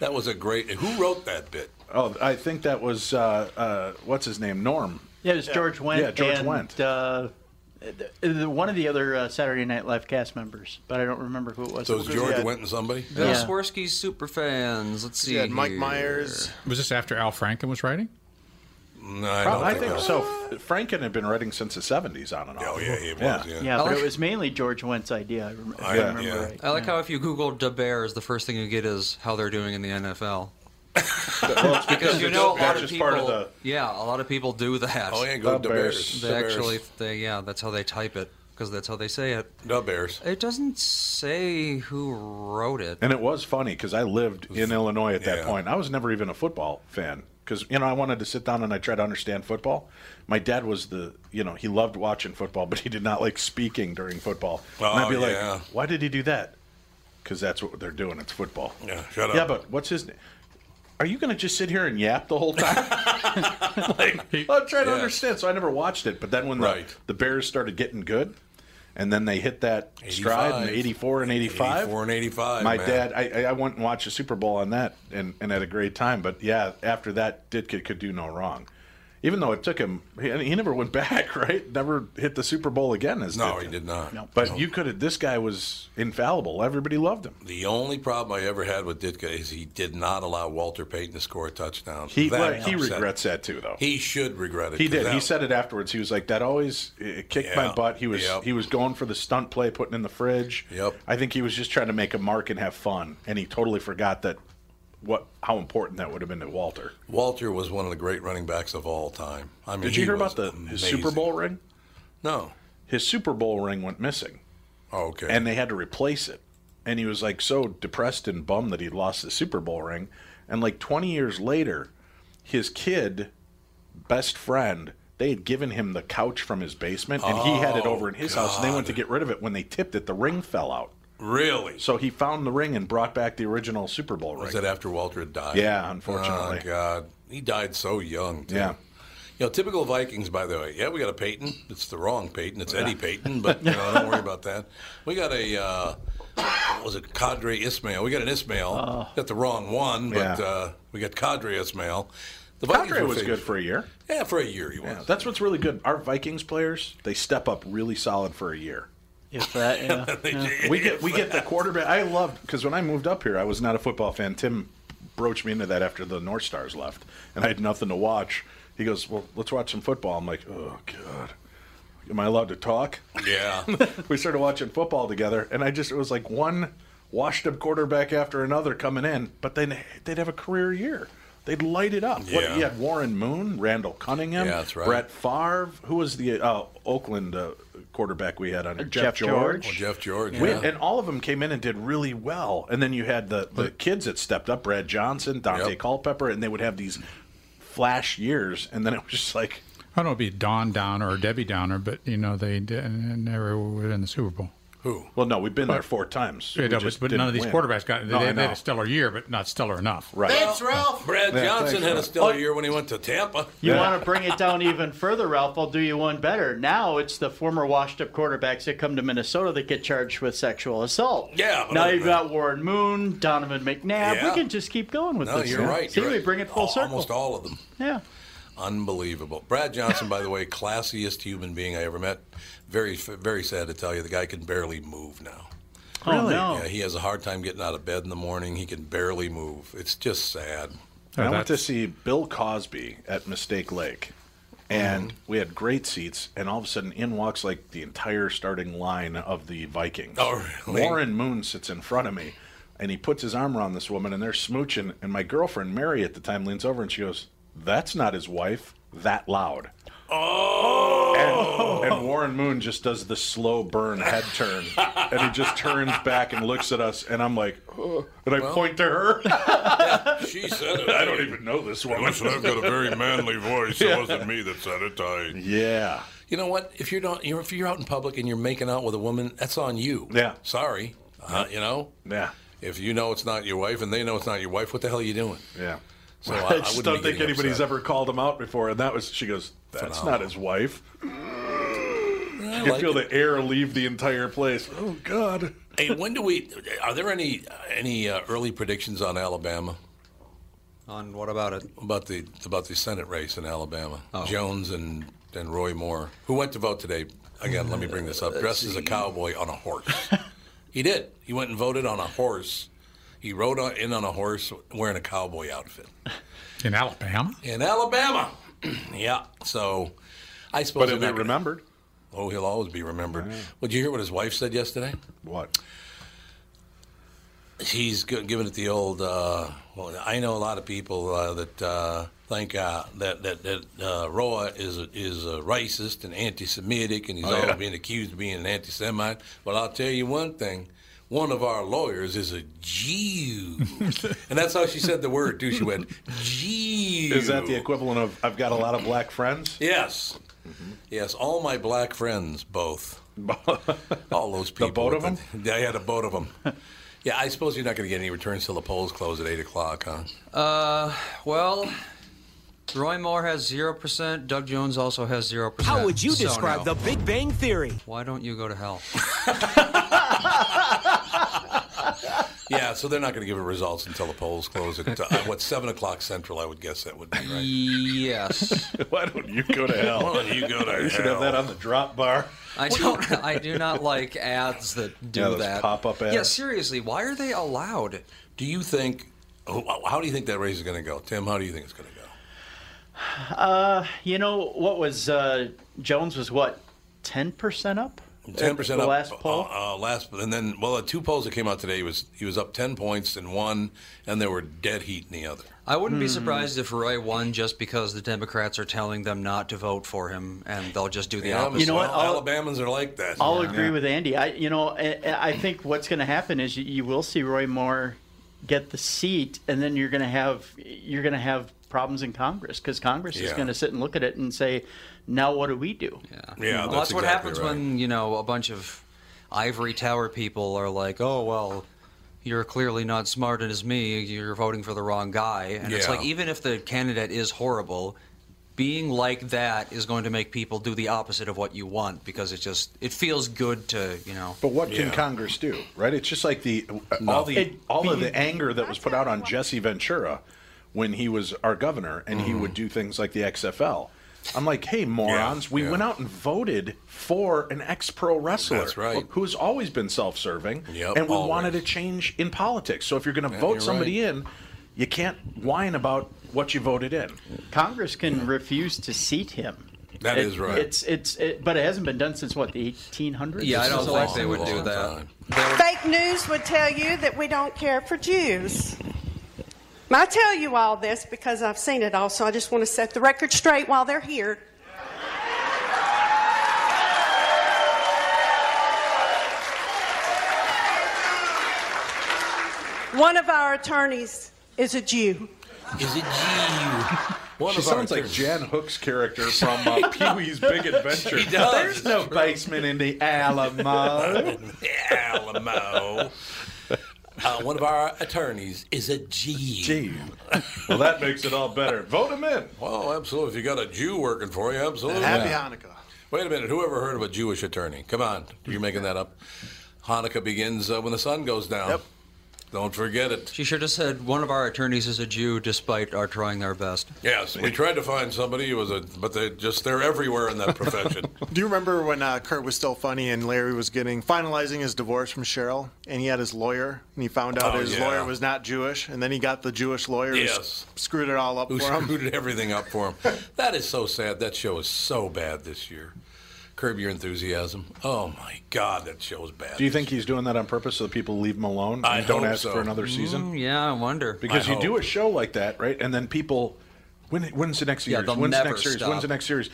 That was a great. Who wrote that bit? Oh, I think that was uh, uh, what's his name, Norm. Yeah, it was George Wendt. Yeah, George and, Wendt. Uh, th- th- one of the other uh, Saturday Night Live cast members, but I don't remember who it was. So it was Yeah. George Wendt and somebody? Bill Yeah. Swirsky's super fans. Let's see. Yeah, Mike here. Myers. Was this after Al Franken was writing? No, I Prob- I think so. Franken had been writing since the 70s on and off. Oh, yeah, he Yeah, but it was mainly George Wendt's idea. I, rem- if I Yeah, remember yeah. right. I like how if you Google the Bears, the first thing you get is how they're doing in the NFL. Well, it's because you it's- know a lot that's of just people. part of the- Yeah, a lot of people do that. Oh, yeah, go The Da Bears. Bears. They Da Bears. actually, they yeah, that's how they type it because that's how they say it. The Bears. It doesn't say who wrote it. And it was funny because I lived in Illinois at that point. I was never even a football fan because you know I wanted to sit down and I tried to understand football. My dad was the you know he loved watching football, but he did not like speaking during football. and I'd Oh, be yeah. like, why did he do that? Because that's what they're doing. It's football. Yeah, shut up. Yeah, but what's his name? Are you going to just sit here and yap the whole time? like, I'm trying to Yeah. understand. So I never watched it. But then when the, the Bears started getting good, and then they hit that stride in 85. 84 and 85. 84 and 85, My man. dad, I, I- I went and watched the Super Bowl on that and, and had a great time. But yeah, after that, Ditka could do no wrong. Even though it took him, he, he never went back, right? Never hit the Super Bowl again. As No, Ditka. he did not. No. But you could have, this guy was infallible. Everybody loved him. The only problem I ever had with Ditka is he did not allow Walter Payton to score a touchdown. He, That well, he upset me. regrets that too, though. He should regret it. He 'cause did. that- He said it afterwards. He was like, "That always it kicked Yeah. my butt." He was Yep. he was going for the stunt play, putting in the fridge. Yep. I think he was just trying to make a mark and have fun, and he totally forgot that what how important that would have been to Walter. Walter was one of the great running backs of all time. I mean, Did you he hear was about the his amazing. Super Bowl ring? No. His Super Bowl ring went missing. Oh, okay. And they had to replace it. And he was like so depressed and bummed that he'd lost the Super Bowl ring. And like 20 years later, his kid, best friend, they had given him the couch from his basement and he had it Oh, over in his house. And they went to get rid of it. When they tipped it, the ring fell out. Really? So he found the ring and brought back the original Super Bowl ring. Was that after Walter had died? Yeah, unfortunately. Oh, God. He died so young, too. Yeah. You know, typical Vikings, by the way. Yeah, we got a Peyton. It's the wrong Peyton. It's Eddie Yeah. Peyton, but you know, don't worry about that. We got a, uh, what was it, Cadre Ismail. We got an Ismail. got the wrong one, but Oh. Yeah. uh, we got Cadre Ismail. The Cadre were was fa- good for a year. Yeah, for a year he was. Yeah, that's what's really good. Our Vikings players, they step up really solid for a year. If that, yeah. yeah. we get we get the quarterback. I loved because when I moved up here, I was not a football fan. Tim broached me into that after the North Stars left, and I had nothing to watch. He goes, "Well, let's watch some football." I'm like, "Oh God, am I allowed to talk?" Yeah. we started watching football together, and I just it was like one washed up quarterback after another coming in, but then they'd have a career year. They'd light it up. What, Yeah. you had Warren Moon, Randall Cunningham, Yeah, that's right. Brett Favre. Who was the uh, Oakland uh, quarterback we had on Uh, here? Jeff George. Oh, Jeff George, We- yeah. And all of them came in and did really well. And then you had the, the kids that stepped up, Brad Johnson, Dante Culpepper, and they would have these flash years. And then it was just like, I don't know if it'd be Don Downer or Debbie Downer, but you know they did, never were in the Super Bowl. Who? Well, no, we've been there four times. Yeah, We no, but, just but didn't none of these win. quarterbacks got. they, No, I they had know. a stellar year, but not stellar enough. Right. Ralph. Oh. Brad Yeah, Johnson thanks, had a Ralph. stellar year when he went to Tampa. You want to bring it down even further, Ralph? I'll do you one better. Now it's the former washed-up quarterbacks that come to Minnesota that get charged with sexual assault. Yeah, but Now other you've than got Warren Moon, Donovan McNabb. Yeah. We can just keep going with No, this. you're now. right. See, you're we right. bring it full Al- circle. Almost all of them. Yeah. Unbelievable. Brad Johnson, by the way, classiest human being I ever met. Very, very sad to tell you, the guy can barely move now. Oh, Really? no. Yeah, he has a hard time getting out of bed in the morning. He can barely move. It's just sad. I went to see Bill Cosby at Mistake Lake, and Mm-hmm. we had great seats. And all of a sudden, in walks like the entire starting line of the Vikings. Oh, really? Warren Moon sits in front of me, and he puts his arm around this woman, and they're smooching. And my girlfriend Mary at the time leans over, and she goes, "That's not his wife. That loud." Oh. And, and Warren Moon just does the slow burn head turn, and he just turns back and looks at us, and I'm like, "Oh," and I Well. point to her. she said it. I don't even know this one. Listen, I've got a very manly voice. It wasn't me that said it. I. Yeah. You know what? If you're not, you're, if you're out in public and you're making out with a woman, that's on you. Yeah. Sorry. Uh, you know. Yeah. If you know it's not your wife and they know it's not your wife, what the hell are you doing? Yeah. So I, I, I just wouldn't don't be think getting anybody's upset. ever called him out before, and that was she goes, "That's Phenomenal. not his wife." Mm, I you can like feel the air leave the entire place. Oh God! hey, when do we? Are there any any uh, early predictions on Alabama? On what about it? Oh. About the about the Senate race in Alabama. Jones and and Roy Moore, who went to vote today. Again, let me bring this Uh, up. Dressed as a cowboy on a horse. he did. He went and voted on a horse. He rode on, in on a horse wearing a cowboy outfit In Alabama? in Alabama. yeah. So I suppose. But he'll they're be not- remembered. Oh, he'll always be remembered. Well, did you hear what his wife said yesterday? What? She's gi- giving it the old. Uh, well, I know a lot of people uh, that uh, think uh, that that that uh, Roa is a, is a racist and anti-Semitic, and he's Oh, always yeah. being accused of being an anti-Semite. But I'll tell you one thing: one of our lawyers is a Jew, and that's how she said the word too. She went Jew. Is that the equivalent of "I've got a lot of black friends"? Yes. Yes, all my black friends, both. all those people. The boat of them? Yeah, yeah, the boat of them. yeah, I suppose you're not going to get any returns till the polls close at 8 o'clock, huh? Uh, well, Roy Moore has zero percent. Doug Jones also has zero percent. How would you describe The Big Bang Theory? Why don't you go to hell? Yeah, so they're not going to give it results until the polls close at, uh, what, 7 o'clock Central, I would guess that would be, right? Yes. Why don't you go to hell? Why don't you go to You should have hell? that on the drop bar. I don't. I do not like ads that do Yeah, those that. pop-up Yeah, ads. seriously, why are they allowed? Do you think, who- how do you think that race is going to go? Tim, how do you think it's going to go? Uh, you know what was uh, Jones was what ten percent up? Ten percent The up. last poll. Uh, uh, last, and then well, the two polls that came out today he was he was up ten points in one, and there were dead heat in the other. I wouldn't Hmm. be surprised if Roy won just because the Democrats are telling them not to vote for him, and they'll just do the Yeah, opposite. You know what? Well, I'll- Alabamans are like that. I'll agree with Andy. I, you know, I, I think what's going to happen is you, you will see Roy Moore get the seat, and then you're going to have you're going to have problems in Congress because Congress is Yeah. going to sit and look at it and say, now what do we do? well, that's, what happens when you know a bunch of ivory tower people are like, "Oh well, you're clearly not smart as me. You're voting for the wrong guy." And it's Yeah. like, even if the candidate is horrible, being like that is going to make people do the opposite of what you want because it just it feels good to you know. But what can Congress do, right? It's just like the all the It'd all of be- the anger that was put out on Jesse Ventura when he was our governor, and he Mm-hmm. would do things like the XFL. I'm like, hey, morons! we went out and voted for an ex-pro wrestler, That's right. who's always been self-serving, Yep, and we always. wanted a change in politics. So if you're going to Yeah, you're vote somebody in, you can't whine about what you voted in. Congress can refuse to seat him. That That is is right. It's it's it, but it hasn't been done since what the 1800s. Yeah, I Since don't the think last they would do election. that. Fake news would tell you that we don't care for Jews. And I tell you all this because I've seen it all, so I just want to set the record straight while they're here. One of our attorneys is a Jew. Is it Jew? she sounds like Jan Hook's character from uh, Pee Wee's Big Adventure. She does. There's no basement in the Alamo. Alamo. Uh, one of our attorneys is a Jew. Jew. Well, that makes it all better. Vote him in. Well, absolutely. If you got a Jew working for you, absolutely. Happy Hanukkah. Wait a minute. Whoever heard of a Jewish attorney? Come on. You're making that up. Hanukkah begins uh, when the sun goes down. Yep. Don't forget it. She should have said one of our attorneys is a Jew, despite our trying our best. Yes, we tried to find somebody who was a, but they just they're everywhere in that profession. Do you remember when uh, Kurt was still funny and Larry was getting finalizing his divorce from Cheryl, and he had his lawyer, and he found out Oh, his yeah. lawyer was not Jewish, and then he got the Jewish lawyer who Yes. s- screwed it all up who for him. screwed everything up for him. that is so sad. That show is so bad this year. Curb your enthusiasm. Oh my God, that show is bad. Do you think he's doing that on purpose so that people leave him alone and I don't hope ask so. for another season? Mm, yeah, I wonder. Because I you do hope. a show like that, right? And then people, when when's the next Yeah, series? they'll when's the never next series? stop. When's the next series?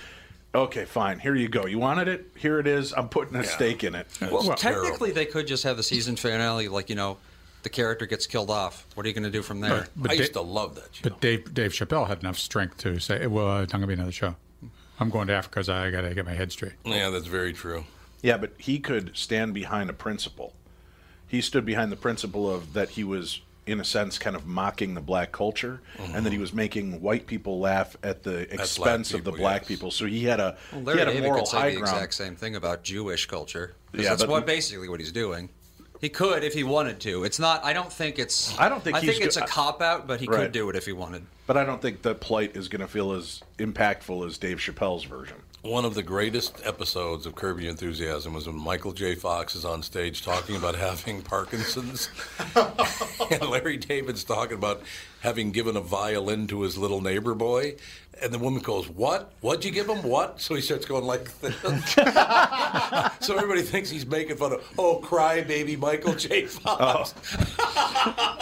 Okay, fine. Here you go. You wanted it. Here it is. I'm putting a stake in it. Well, technically, they could just have the season finale, like you know, the character gets killed off. What are you going to do from there? But I Da- used to love that. But Dave Dave Chappelle had enough strength to say, "Well, it's not going to be another show. I'm going to Africa 'cause I got to get my head straight." Yeah, that's very true. Yeah, but he could stand behind a principle. He stood behind the principle of that he was, in a sense, kind of mocking the black culture, and Mm-hmm. that he was making white people laugh at the expense of the people, black people. So he had a Well, he Larry had a David moral could say high the ground. exact same thing about Jewish culture. 'cause Yeah, that's but- what basically what he's doing. He could if he wanted to. It's not. I don't think it's. I don't think I he's think it's go- a cop out, but he Right. could do it if he wanted. But I don't think the plight is going to feel as impactful as Dave Chappelle's version. One of the greatest episodes of Curb Your Enthusiasm was when Michael J. Fox is on stage talking about having Parkinson's, and Larry David's talking about having given a violin to his little neighbor boy, and the woman goes, "What? What'd you give him? What?" So he starts going like, this. so everybody thinks he's making fun of, "Oh, cry baby, Michael J. Fox." oh,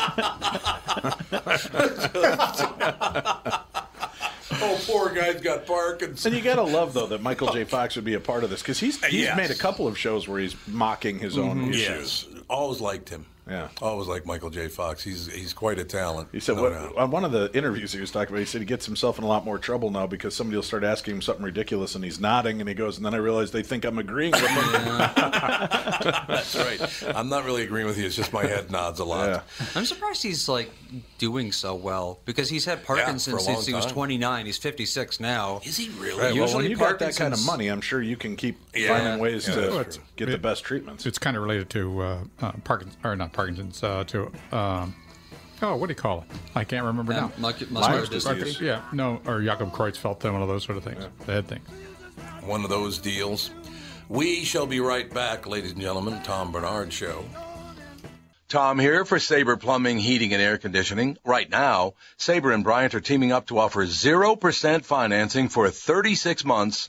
poor guy's got Parkinson's. And you gotta love though that Michael J. Fox would be a part of this because he's he's Yes. made a couple of shows where he's mocking his own Mhm. issues. Yes. Always liked him. Yeah. Always liked Michael J. Fox. He's he's quite a talent. He said no what, doubt. on one of the interviews he was talking about. He said he gets himself in a lot more trouble now because somebody will start asking him something ridiculous and he's nodding and he goes and then I realize they think I'm agreeing with them. That's right. I'm not really agreeing with you. It's just my head nods a lot. I'm surprised he's like doing so well because he's had Parkinson's for a long since he was time. 29. He's 56 now. Is he really? Right, well, Usually when you got that kind of Parkinson's- money, I'm sure you can keep Yeah. finding ways Yeah, to that's true. get the best treatments. It's kind of related to uh, uh, Parkinson's, or not Parkinson's, uh, to um, oh, what do you call it? I can't remember Yeah, now. muscu- muscular Lyme's dystrophy. disease. Yeah, no, or Jakob Creutzfeldt, one of those sort of things. The head thing. One of those deals. We shall be right back, ladies and gentlemen. Tom Bernard Show. Tom here for Sabre Plumbing, Heating, and Air Conditioning. Right now, Sabre and Bryant are teaming up to offer 0% financing for 36 months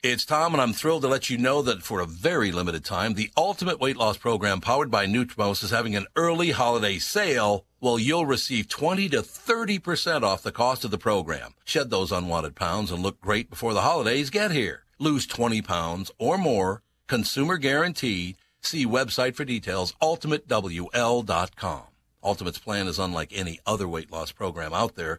It's Tom, and I'm thrilled to let you know that for a very limited time, the Ultimate Weight Loss Program powered by Nutrimos is having an early holiday sale. Well, you'll receive 20 to 30% off the cost of the program. Shed those unwanted pounds and look great before the holidays get here. Lose 20 pounds or more. Consumer guaranteed. See website for details, ultimatewl.com. Ultimate's plan is unlike any other weight loss program out there,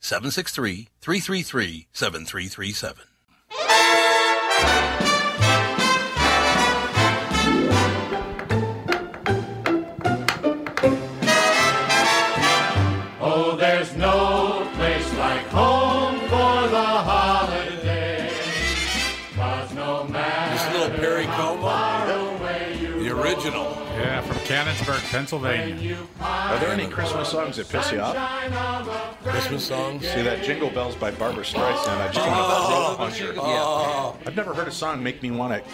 763-333-7337. Oh, there's no place like home for the holidays. 'Cause no matter This little Perry how Como. far away you The original. Yeah, from Cannonsburg, Pennsylvania. Are there any Christmas songs that piss you off? Christmas songs? See that Jingle Bells by Barbara Streisand? I just Oh. want to punch her. Oh. I've never heard a song make me want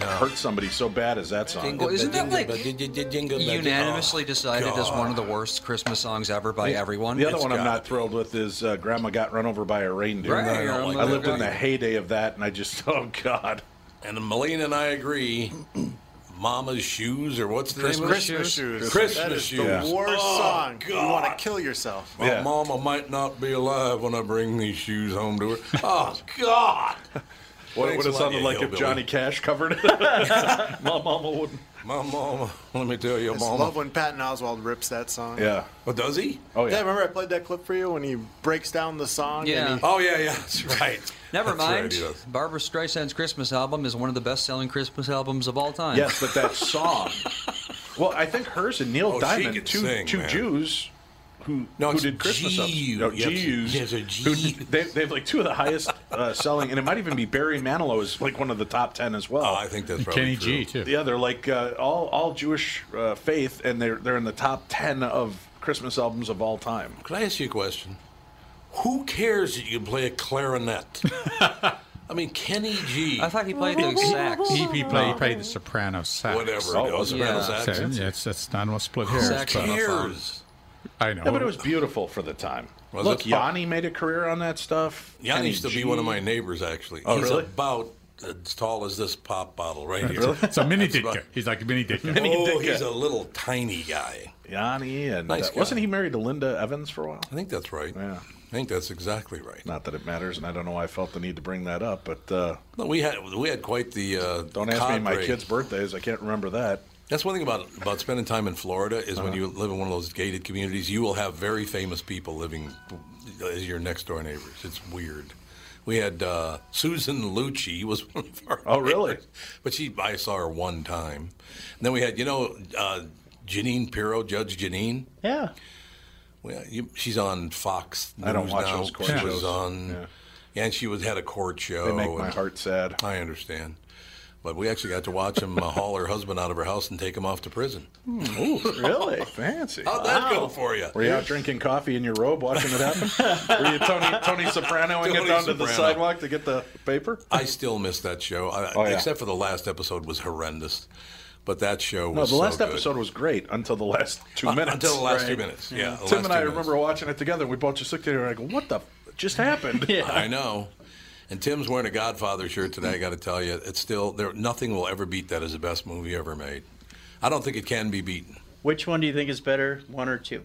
to hurt somebody so bad as that song. Jingle Well, isn't that, bell, like, Unanimously decided as one of the worst Christmas songs ever by Yeah. everyone. The other It's one I'm got- not thrilled with is uh, Grandma Got Run Over by a Reindeer. Right, I don't like I lived that. in the heyday of that, and I just, oh, God. And Melina and I agree. Mama's shoes, or what's the name of it? Christmas shoes. Christmas That is shoes. the worst Oh, song. You God. Oh, want to kill yourself. My mama might not be alive when I bring these shoes home to her. Oh, God. What it Thanks a would have lot, sounded you like if hillbilly. Johnny Cash covered it. My mama wouldn't. My mama, let me tell you, I mama. love when Patton Oswald rips that song. Oh, does he? Oh, yeah. remember I played that clip for you when he breaks down the song? And he, Oh, yeah, yeah. That's right. Never That's right, mind. he does. Barbara Streisand's Christmas album is one of the best-selling Christmas albums of all time. Yes, but that song. well, I think hers and Neil Oh, she can Diamond, two, sing, two man. Jews who, No, who it's did Christmas Jew. songs. Yeah, No, Jews. yeah, it's a who- they, they have like two of the highest uh, selling, and it might even be Barry Manilow is like one of the top ten as well. Oh, I think that's And probably Kenny G, true. too. Yeah, they're like uh, all all Jewish uh, faith, and they're they're in the top ten of Christmas albums of all time. Could I ask you a question? Who cares that you can play a clarinet? I mean, Kenny G. I thought he played the sax. He, he played, he played the soprano sax. Whatever it Oh, is, soprano yeah. sax. So, yeah, it's, it's not what split Who hairs. but- cares? I know. Yeah, but it was beautiful for the time. Was Look, it? Yanni made a career on that stuff. Yanni Kenny used to G. be one of my neighbors, actually. Oh, He's really? about as tall as this pop bottle right here. It's a mini That's about- Ditka. He's like a mini Ditka. oh, Ditka. he's a little tiny guy. Yanni and Nice uh, guy. wasn't he married to Linda Evans for a while? I think that's right. Yeah. I think that's exactly right. Not that it matters, and I don't know why I felt the need to bring that up, but uh, No, we had we had quite the. Uh, don't ask me my cadre. kids' birthdays. I can't remember that. That's one thing about about spending time in Florida is Uh-huh. when you live in one of those gated communities, you will have very famous people living as your next door neighbors. It's weird. We had uh, Susan Lucci was one of our. Oh, really? neighbors, but she, I saw her one time. And then we had, you know, uh, Janine Pirro, Judge Janine. Yeah. Well, you, she's on Fox. News I don't watch now. those court she shows. was on, Yeah. and she was had a court show. They make my and- heart sad. I understand. But we actually got to watch him uh, haul her husband out of her house and take him off to prison. Hmm. Ooh, really? Fancy. How'd that go for you? Were you out drinking coffee in your robe watching it happen? Were you Tony Tony Soprano and get Tony down to the Soprano. sidewalk to get the paper? I still miss that show, I, Oh, yeah. except for the last episode was horrendous. But that show No, was the last so good. episode was great until the last two Uh, minutes. Mm-hmm. until the last two minutes, yeah, the Tim last and I two minutes. remember watching it together. We both just looked at each other and I go, "What the f- just happened?" I know. And Tim's wearing a Godfather shirt today. I got to tell you, it's still there. Nothing will ever beat that as the best movie ever made. I don't think it can be beaten. Which one do you think is better, one or two?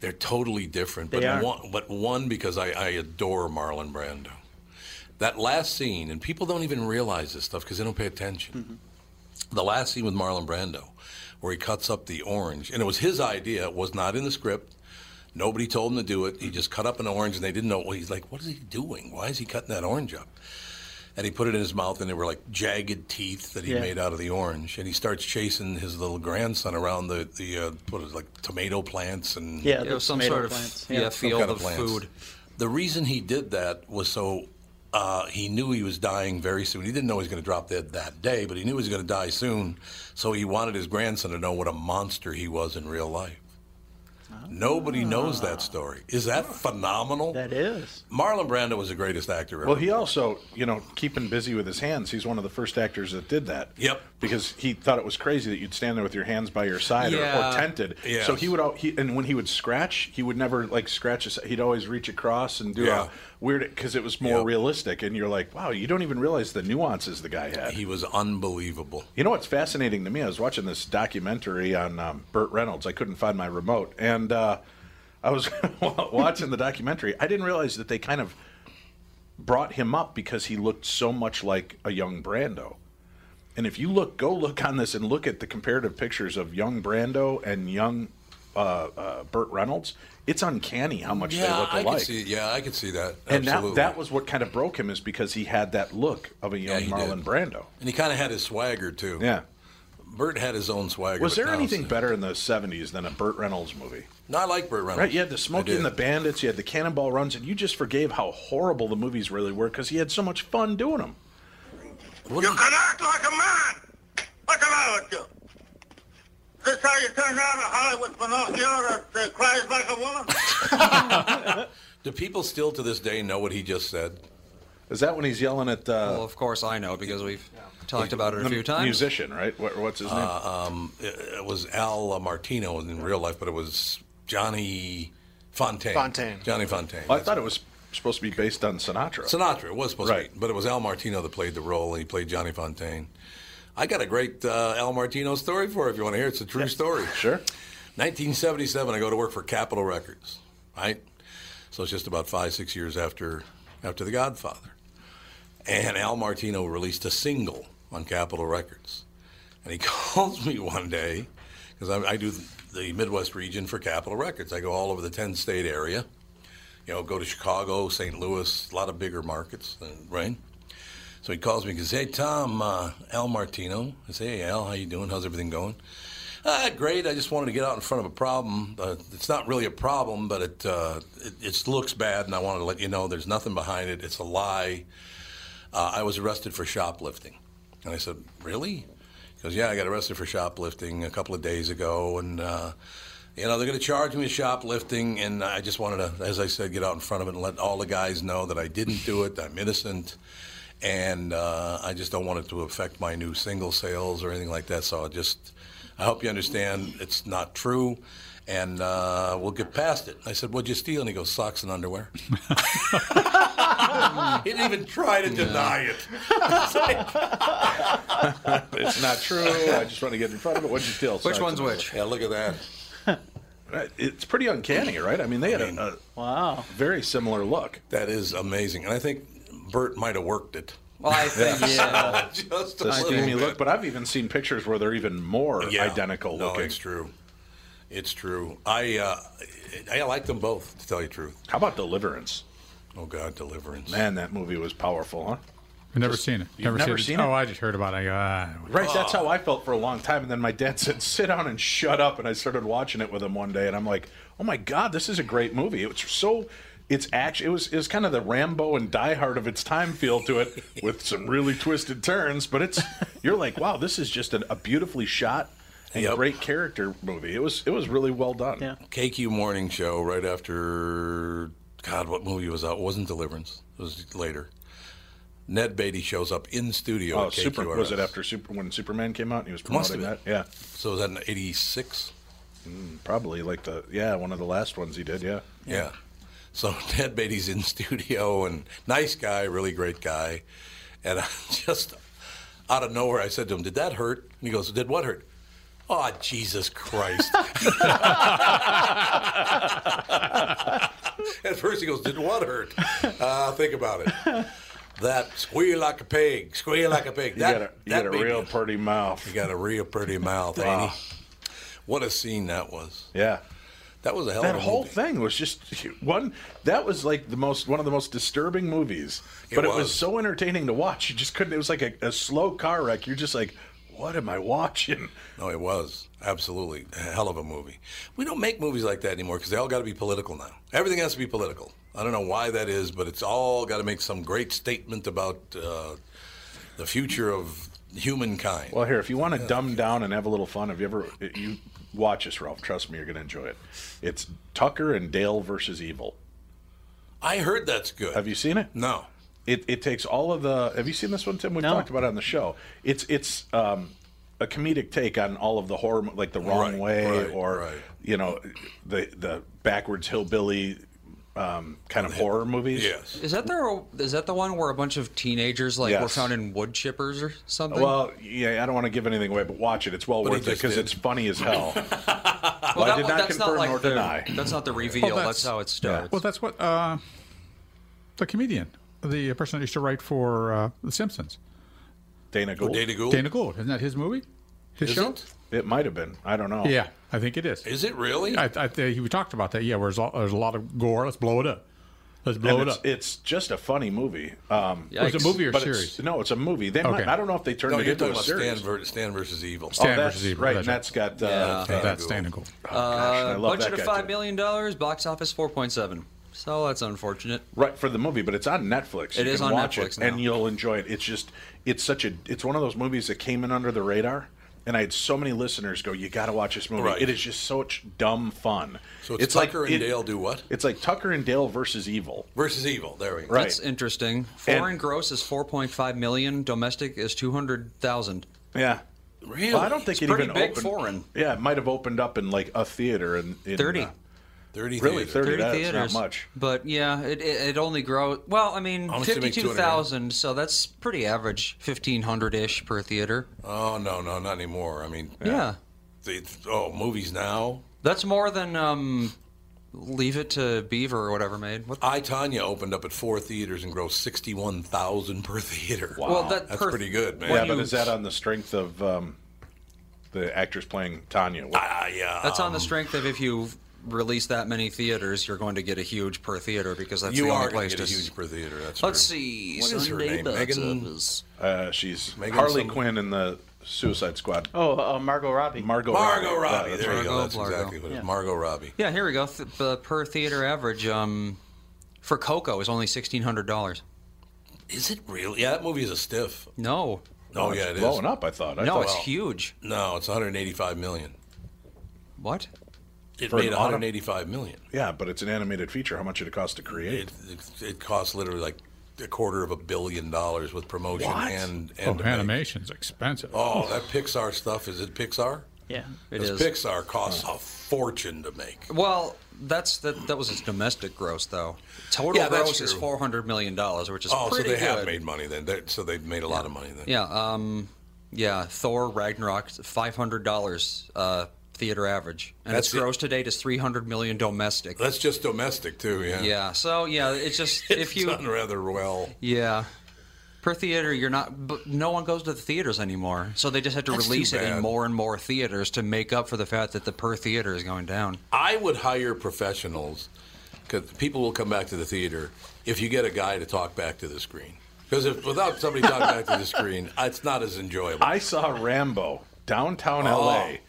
They're totally different, They but are. one, but one because I, I adore Marlon Brando. That last scene, and people don't even realize this stuff because they don't pay attention. Mm-hmm. The last scene with Marlon Brando, where he cuts up the orange, and it was his idea. It was not in the script. Nobody told him to do it. He just cut up an orange, and they didn't know. Well, he's like, "What is he doing? Why is he cutting that orange up?" And he put it in his mouth, and they were like jagged teeth that he Yeah. made out of the orange. And he starts chasing his little grandson around the the uh, what is it, like tomato plants and Yeah, It the was some tomato sort of plants. yeah, some field kind of, plants. food. The reason he did that was so uh, he knew he was dying very soon. He didn't know he was going to drop dead that day, but he knew he was going to die soon. So he wanted his grandson to know what a monster he was in real life. Nobody Ah. knows that story. Is that phenomenal? That is. Marlon Brando was the greatest actor ever. Well, he also, you know, keeping busy with his hands. He's one of the first actors that did that. Yep. Because he thought it was crazy that you'd stand there with your hands by your side or- or, Yeah. tented. Yes. So he would, al- he, and when he would scratch, he would never like scratch. His, he'd always reach across and do Yeah. a weird because it was more Yep. realistic. And you're like, wow, you don't even realize the nuances the guy had. he was unbelievable. You know what's fascinating to me? I was watching this documentary on um, Burt Reynolds. I couldn't find my remote, and uh, I was watching the documentary. I didn't realize that they kind of brought him up because he looked so much like a young Brando. And if you look, go look on this and look at the comparative pictures of young Brando and young uh, uh, Burt Reynolds. It's uncanny how much they yeah, look I alike. could see. Yeah, I could see that. and that, Absolutely. that was what kind of broke him is because he had that look of a young he Marlon did. Brando. and he kind of had his swagger too. Yeah. Burt had his own swagger. Was but there now anything it's- better in the '70s than a Burt Reynolds movie? No, I like Burt Reynolds. Right, you had the I Smokey did. and the Bandits, you had the Cannonball Runs, and you just forgave how horrible the movies really were because he had so much fun doing them. What- You can act like a man. Look around you. this how you turn down a Hollywood Pinocchio that uh, cries like a woman? Do people still to this day know what he just said? Is that when he's yelling at? Uh, well, of course I know because we've talked about it a The few times. Musician, right? What, what's his name? Uh, um, it, it was Al Martino in real life, but it was Johnny Fontaine. Fontaine. Johnny Fontaine. Well, I thought it was supposed to be based on Sinatra. Sinatra. It was supposed Right. to be, but it was Al Martino that played the role, and he played Johnny Fontaine. I got a great uh, Al Martino story for it if you want to hear it. It's a true story. Sure. 1977, I go to work for Capitol Records, right? So it's just about five, six years after after The Godfather. And Al Martino released a single on Capitol Records. And he calls me one day, because I, I do the Midwest region for Capitol Records. I go all over the 10 state area you know, go to Chicago, St. Louis, a lot of bigger markets, than- right? So he calls me and says, "Hey, Tom, uh, Al Martino." I say, "Hey, Al, how you doing? How's everything going?" Ah, great. I just wanted to get out in front of a problem. Uh, it's not really a problem, but it, uh, it it looks bad, and I wanted to let you know there's nothing behind it. It's a lie. Uh, I was arrested for shoplifting, and I said, "Really?" He goes, "Yeah, I got arrested for shoplifting a couple of days ago, and." Uh, you know, they're going to charge me with shoplifting, and I just wanted to, as I said, get out in front of it and let all the guys know that I didn't do it, I'm innocent, and uh, I just don't want it to affect my new single sales or anything like that. So I just, I hope you understand it's not true, and uh, we'll get past it. I said, What'd you steal? And he goes, Socks and underwear. he didn't even try to deny it. it's not true. I just want to get in front of it. What'd you feel? Which one's which? Yeah, look at that. Uh, It's pretty uncanny, right? I mean, they had a, a wow, very similar look. That is amazing, and I think Bert might have worked it. Well, I think, yeah. Just a the little steamy bit. look. But I've even seen pictures where they're even more Yeah. identical No, looking. it's true. It's true. I uh, I I like them both, to tell you the truth. How about Deliverance? Oh God, Deliverance. Man, that movie was powerful, huh? I've never seen it. you've never seen it? Oh, I just heard about it. I go, ah, Right, that's how I felt for a long time. And then my dad said, sit down and shut up. And I started watching it with him one day. And I'm like, oh my God, this is a great movie. It was so, it's action. It was, it was kind of the Rambo and Die Hard of its time feel to it with some really twisted turns. But it's, you're like, wow, this is just an, a beautifully shot and great character movie. It was, it was really well done. Yeah. KQ morning show right after God, what movie was out? It wasn't Deliverance. It was later. Ned Beatty shows up in studio. Oh, at super, KQRS. was it after super, when Superman came out and he was Must promoting that? have been. Yeah. So was that in '86? Mm, probably like the, yeah, one of the last ones he did. Yeah. Yeah. So Ted Beatty's in studio and nice guy, really great guy. And I just out of nowhere, I said to him, Did that hurt? And he goes, Did what hurt? Oh, Jesus Christ. At first, he goes, Did what hurt? Uh, think about it. That squeal like a pig, squeal like a pig. You That, got a- you that got a made me- real pretty mouth. Ah. You got a real pretty mouth, Wow. Annie. What a scene that was. Yeah. That was a hell that of a whole movie. thing was just one that was like the most one of the most disturbing movies It but it was was. so entertaining to watch you just couldn't it was like a, a slow car wreck you're just like what am i watching No, it was absolutely a hell of a movie. We don't make movies like that anymore because they all got to be political now. Everything has to be political. I don't know why that is, but it's all got to make some great statement about uh, the future of humankind. well here if you want to dumb down and have a little fun have you ever you watch this ralph trust me you're gonna enjoy it it's tucker and dale versus evil I heard that's good. Have you seen it? No. It, it takes all of the. Have you seen this one, Tim? We've talked about it on the show. It's it's um, a comedic take on all of the horror, mo- like the wrong Right, way, right, or you know, the the backwards hillbilly um, kind of horror movies. Yes. Is that there? Is that the one where a bunch of teenagers like were Yes. found in wood chippers or something? Well, yeah, I don't want to give anything away, but watch it. It's well But he worth it just because did. it's funny as hell. Well, I that- did not that's confirm like nor the, deny. That's not the reveal. Well, that's, that's- how it starts. Well, that's what uh, the comedian, the person that used to write for uh, The Simpsons, Dana Gould. Oh, Dana Gould? Dana Gould. Isn't that his movie? His Is show? it? It might have been. I don't know. Yeah, I think it is. Oh. Is it really? I, I, think we talked about that. Yeah, where there's, all, there's a lot of gore. Let's blow it up. Let's blow it And it's, up. it's just a funny movie. Um, Yikes. Was it a movie or but it's- series? no, it's a movie. They Okay. might, I don't know if they turned no, it you're into talking a about series. Oh, Stan, ver- Stan versus Evil. Stan that's versus Evil, right, that's and right. that's got, uh, Yeah. that's Gould. Dana Gould. uh, I love budget that of guy, five million dollars, box office four point seven. So that's unfortunate. Right for the movie, but it's on Netflix. It is can on watch Netflix it, now. and you'll enjoy it. It's just it's such a it's one of those movies that came in under the radar And I had so many listeners go, "You got to watch this movie. Right. It is just such dumb fun." So it's Tucker and Dale do what? It's like Tucker and Dale versus Evil. Versus Evil. There we go. Right. That's interesting. Foreign And- gross is 4.5 million. Domestic is 200,000. Yeah. Really? Well, I don't think It's it pretty even big opened. foreign. Yeah, it might have opened up in like a theater in, in 30. uh, really 30, that's theaters. not much. But yeah, it, it, it only grows. Well, I mean, Honestly, make 52,000, so that's pretty average. 1,500 ish per theater. Oh, no, no, not anymore. I mean, Yeah. They, oh, movies now. That's more than um, Leave It to Beaver or whatever made. What I Tanya opened up at four theaters and grossed sixty-one thousand per theater. Well, that that's per- pretty good, man. Yeah, but is that on the strength of um, the actress playing Tanya? Ah, yeah. That's on the strength of if you release that many theaters, you're going to get a huge per theater because that's You the are only gonna place get to a s- huge per theater, that's Let's true. see. What is her Sunday name? box Megan- office. Uh, she's Megan Harley something. Quinn in the Suicide Squad. Oh, uh, Margot Robbie. Margot. Margot Robbie. Robbie. Yeah, that's there you right. go. That's Margot. exactly what it is. Yeah. Margot Robbie. Yeah, here we go. Th- the per theater average um, for Coco is only sixteen hundred dollars. Is it really? Yeah, that movie is a stiff. No. Oh, Oh, yeah, it's it is. blowing up, I thought. I no, thought- it's Well, huge. No, it's 185 million. What? It For made an 185 million. Yeah, but it's an animated feature. How much did it cost to create? It, it, it costs literally like a quarter of a billion dollars with promotion What? and Oh, and to make. animation's expensive. Oh, that Pixar stuff is it Pixar? Yeah, it 'Cause is. Pixar costs a fortune to make. Well, that's that. That was its domestic gross, though. Total Yeah, that's gross is true. four hundred million dollars, which is oh, so pretty they have good. made money then. They're, so they've made a lot of money then. Yeah. Um. Yeah. Thor Ragnarok, five hundred dollars. Uh. Theater average, and That's its it. gross to date is three hundred million domestic. That's just domestic too. Yeah. Yeah. So yeah, it's just if you done rather well. Yeah. Per theater, you're not. But no one goes to the theaters anymore, so they just have to That's too release it in bad. more and more theaters to make up for the fact that the per theater is going down. I would hire professionals because people will come back to the theater if you get a guy to talk back to the screen. Because if without somebody talking back to the screen, it's not as enjoyable. I saw Rambo downtown Oh, L.A.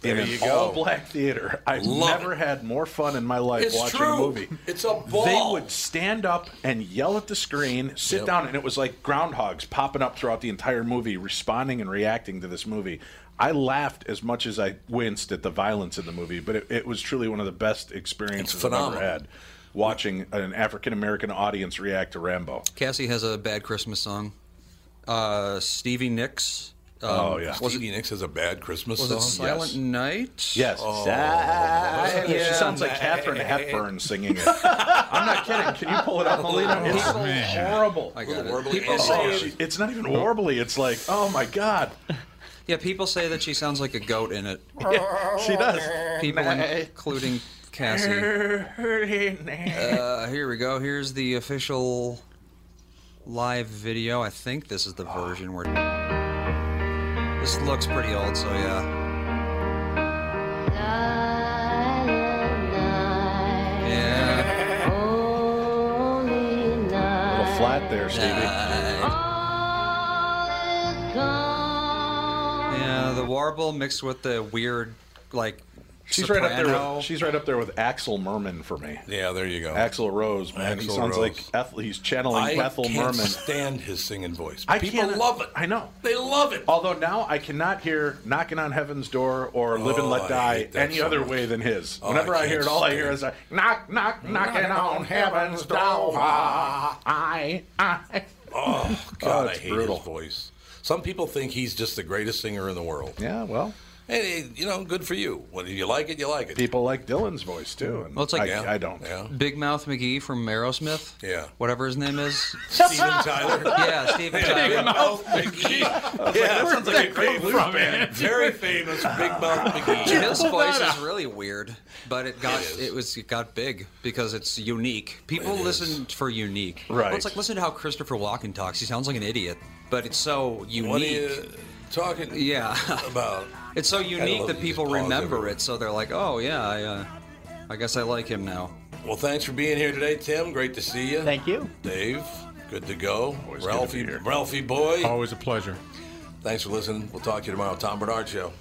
there in an you go. all-black theater. I've Love never had more fun in my life It's watching true. a movie. It's a They ball. would stand up and yell at the screen, sit Yep. down, and it was like groundhogs popping up throughout the entire movie, responding and reacting to this movie. I laughed as much as I winced at the violence in the movie, but it, it was truly one of the best experiences It's I've ever phenomenal. had watching an African American audience react to Rambo. Cassie has a bad Christmas song. Uh, Stevie Nicks. Um, Oh, yeah. Was it, Stevie Nicks has a bad Christmas was song. it Silent Night? Yes. Oh, Silent- Yeah. She sounds like Catherine Hepburn singing it. I'm not kidding. Can you pull it up, Melina? It's horrible. I got it. Warbly People Ann. say, Oh, she- it's not even warbly. It's like, oh my god. yeah, people say that she sounds like a goat in it. She does. People, including Cassie. Uh, here we go. Here's the official live video. I think this is the version where. This looks pretty old, so yeah. Yeah. little flat there, Stevie. Yeah, the warble mixed with the weird, like. She's right up there. soprano. With, she's right up there with Axel Merman for me. Yeah, there you go. Axel Rose, man. he Axl Rose. sounds like Ethel, he's channeling I Ethel can't Merman. stand his singing voice. I People can't- love it. I know. They love it. Although now I cannot hear "Knocking on Heaven's Door" or "Live and Oh, I Let Die" hate that any so other much. way than his. Oh, Whenever I I, hear it, can't all I stand- hear is uh, a "knock, knock, knocking on Heaven's Door." I, I. Oh God, I it's hate brutal. his voice. Some people think he's just the greatest singer in the world. Yeah, well, And eh, you know, good for you. Whether you like it, you like it. people like Dylan's voice too. And Well, it's like- I, Yeah. I don't. Yeah. Big Mouth McGee from Aerosmith. Yeah. Whatever his name is. Steven Tyler. yeah, Steven Tyler. Oh, Mouth McGee. Yeah, that sounds like a great blues band. Very famous Big Mouth McGee. His voice is really weird, but it got It is. it, was it got big because it's unique. People It is. listen for unique. Right. Well, it's like listen to how Christopher Walken talks. He sounds like an idiot, but it's so unique. What are you talking Yeah. about? It's so unique love that that you people just pause remember everywhere. it, so they're like, "Oh yeah, I, uh, I guess I like him now." Well, thanks for being here today, Tim. Great to see you. Thank you. Dave, good to go. Always good to Ralphie, be here. Ralphie boy. Always a pleasure. Thanks for listening. We'll talk to you tomorrow. Tom Bernard Show.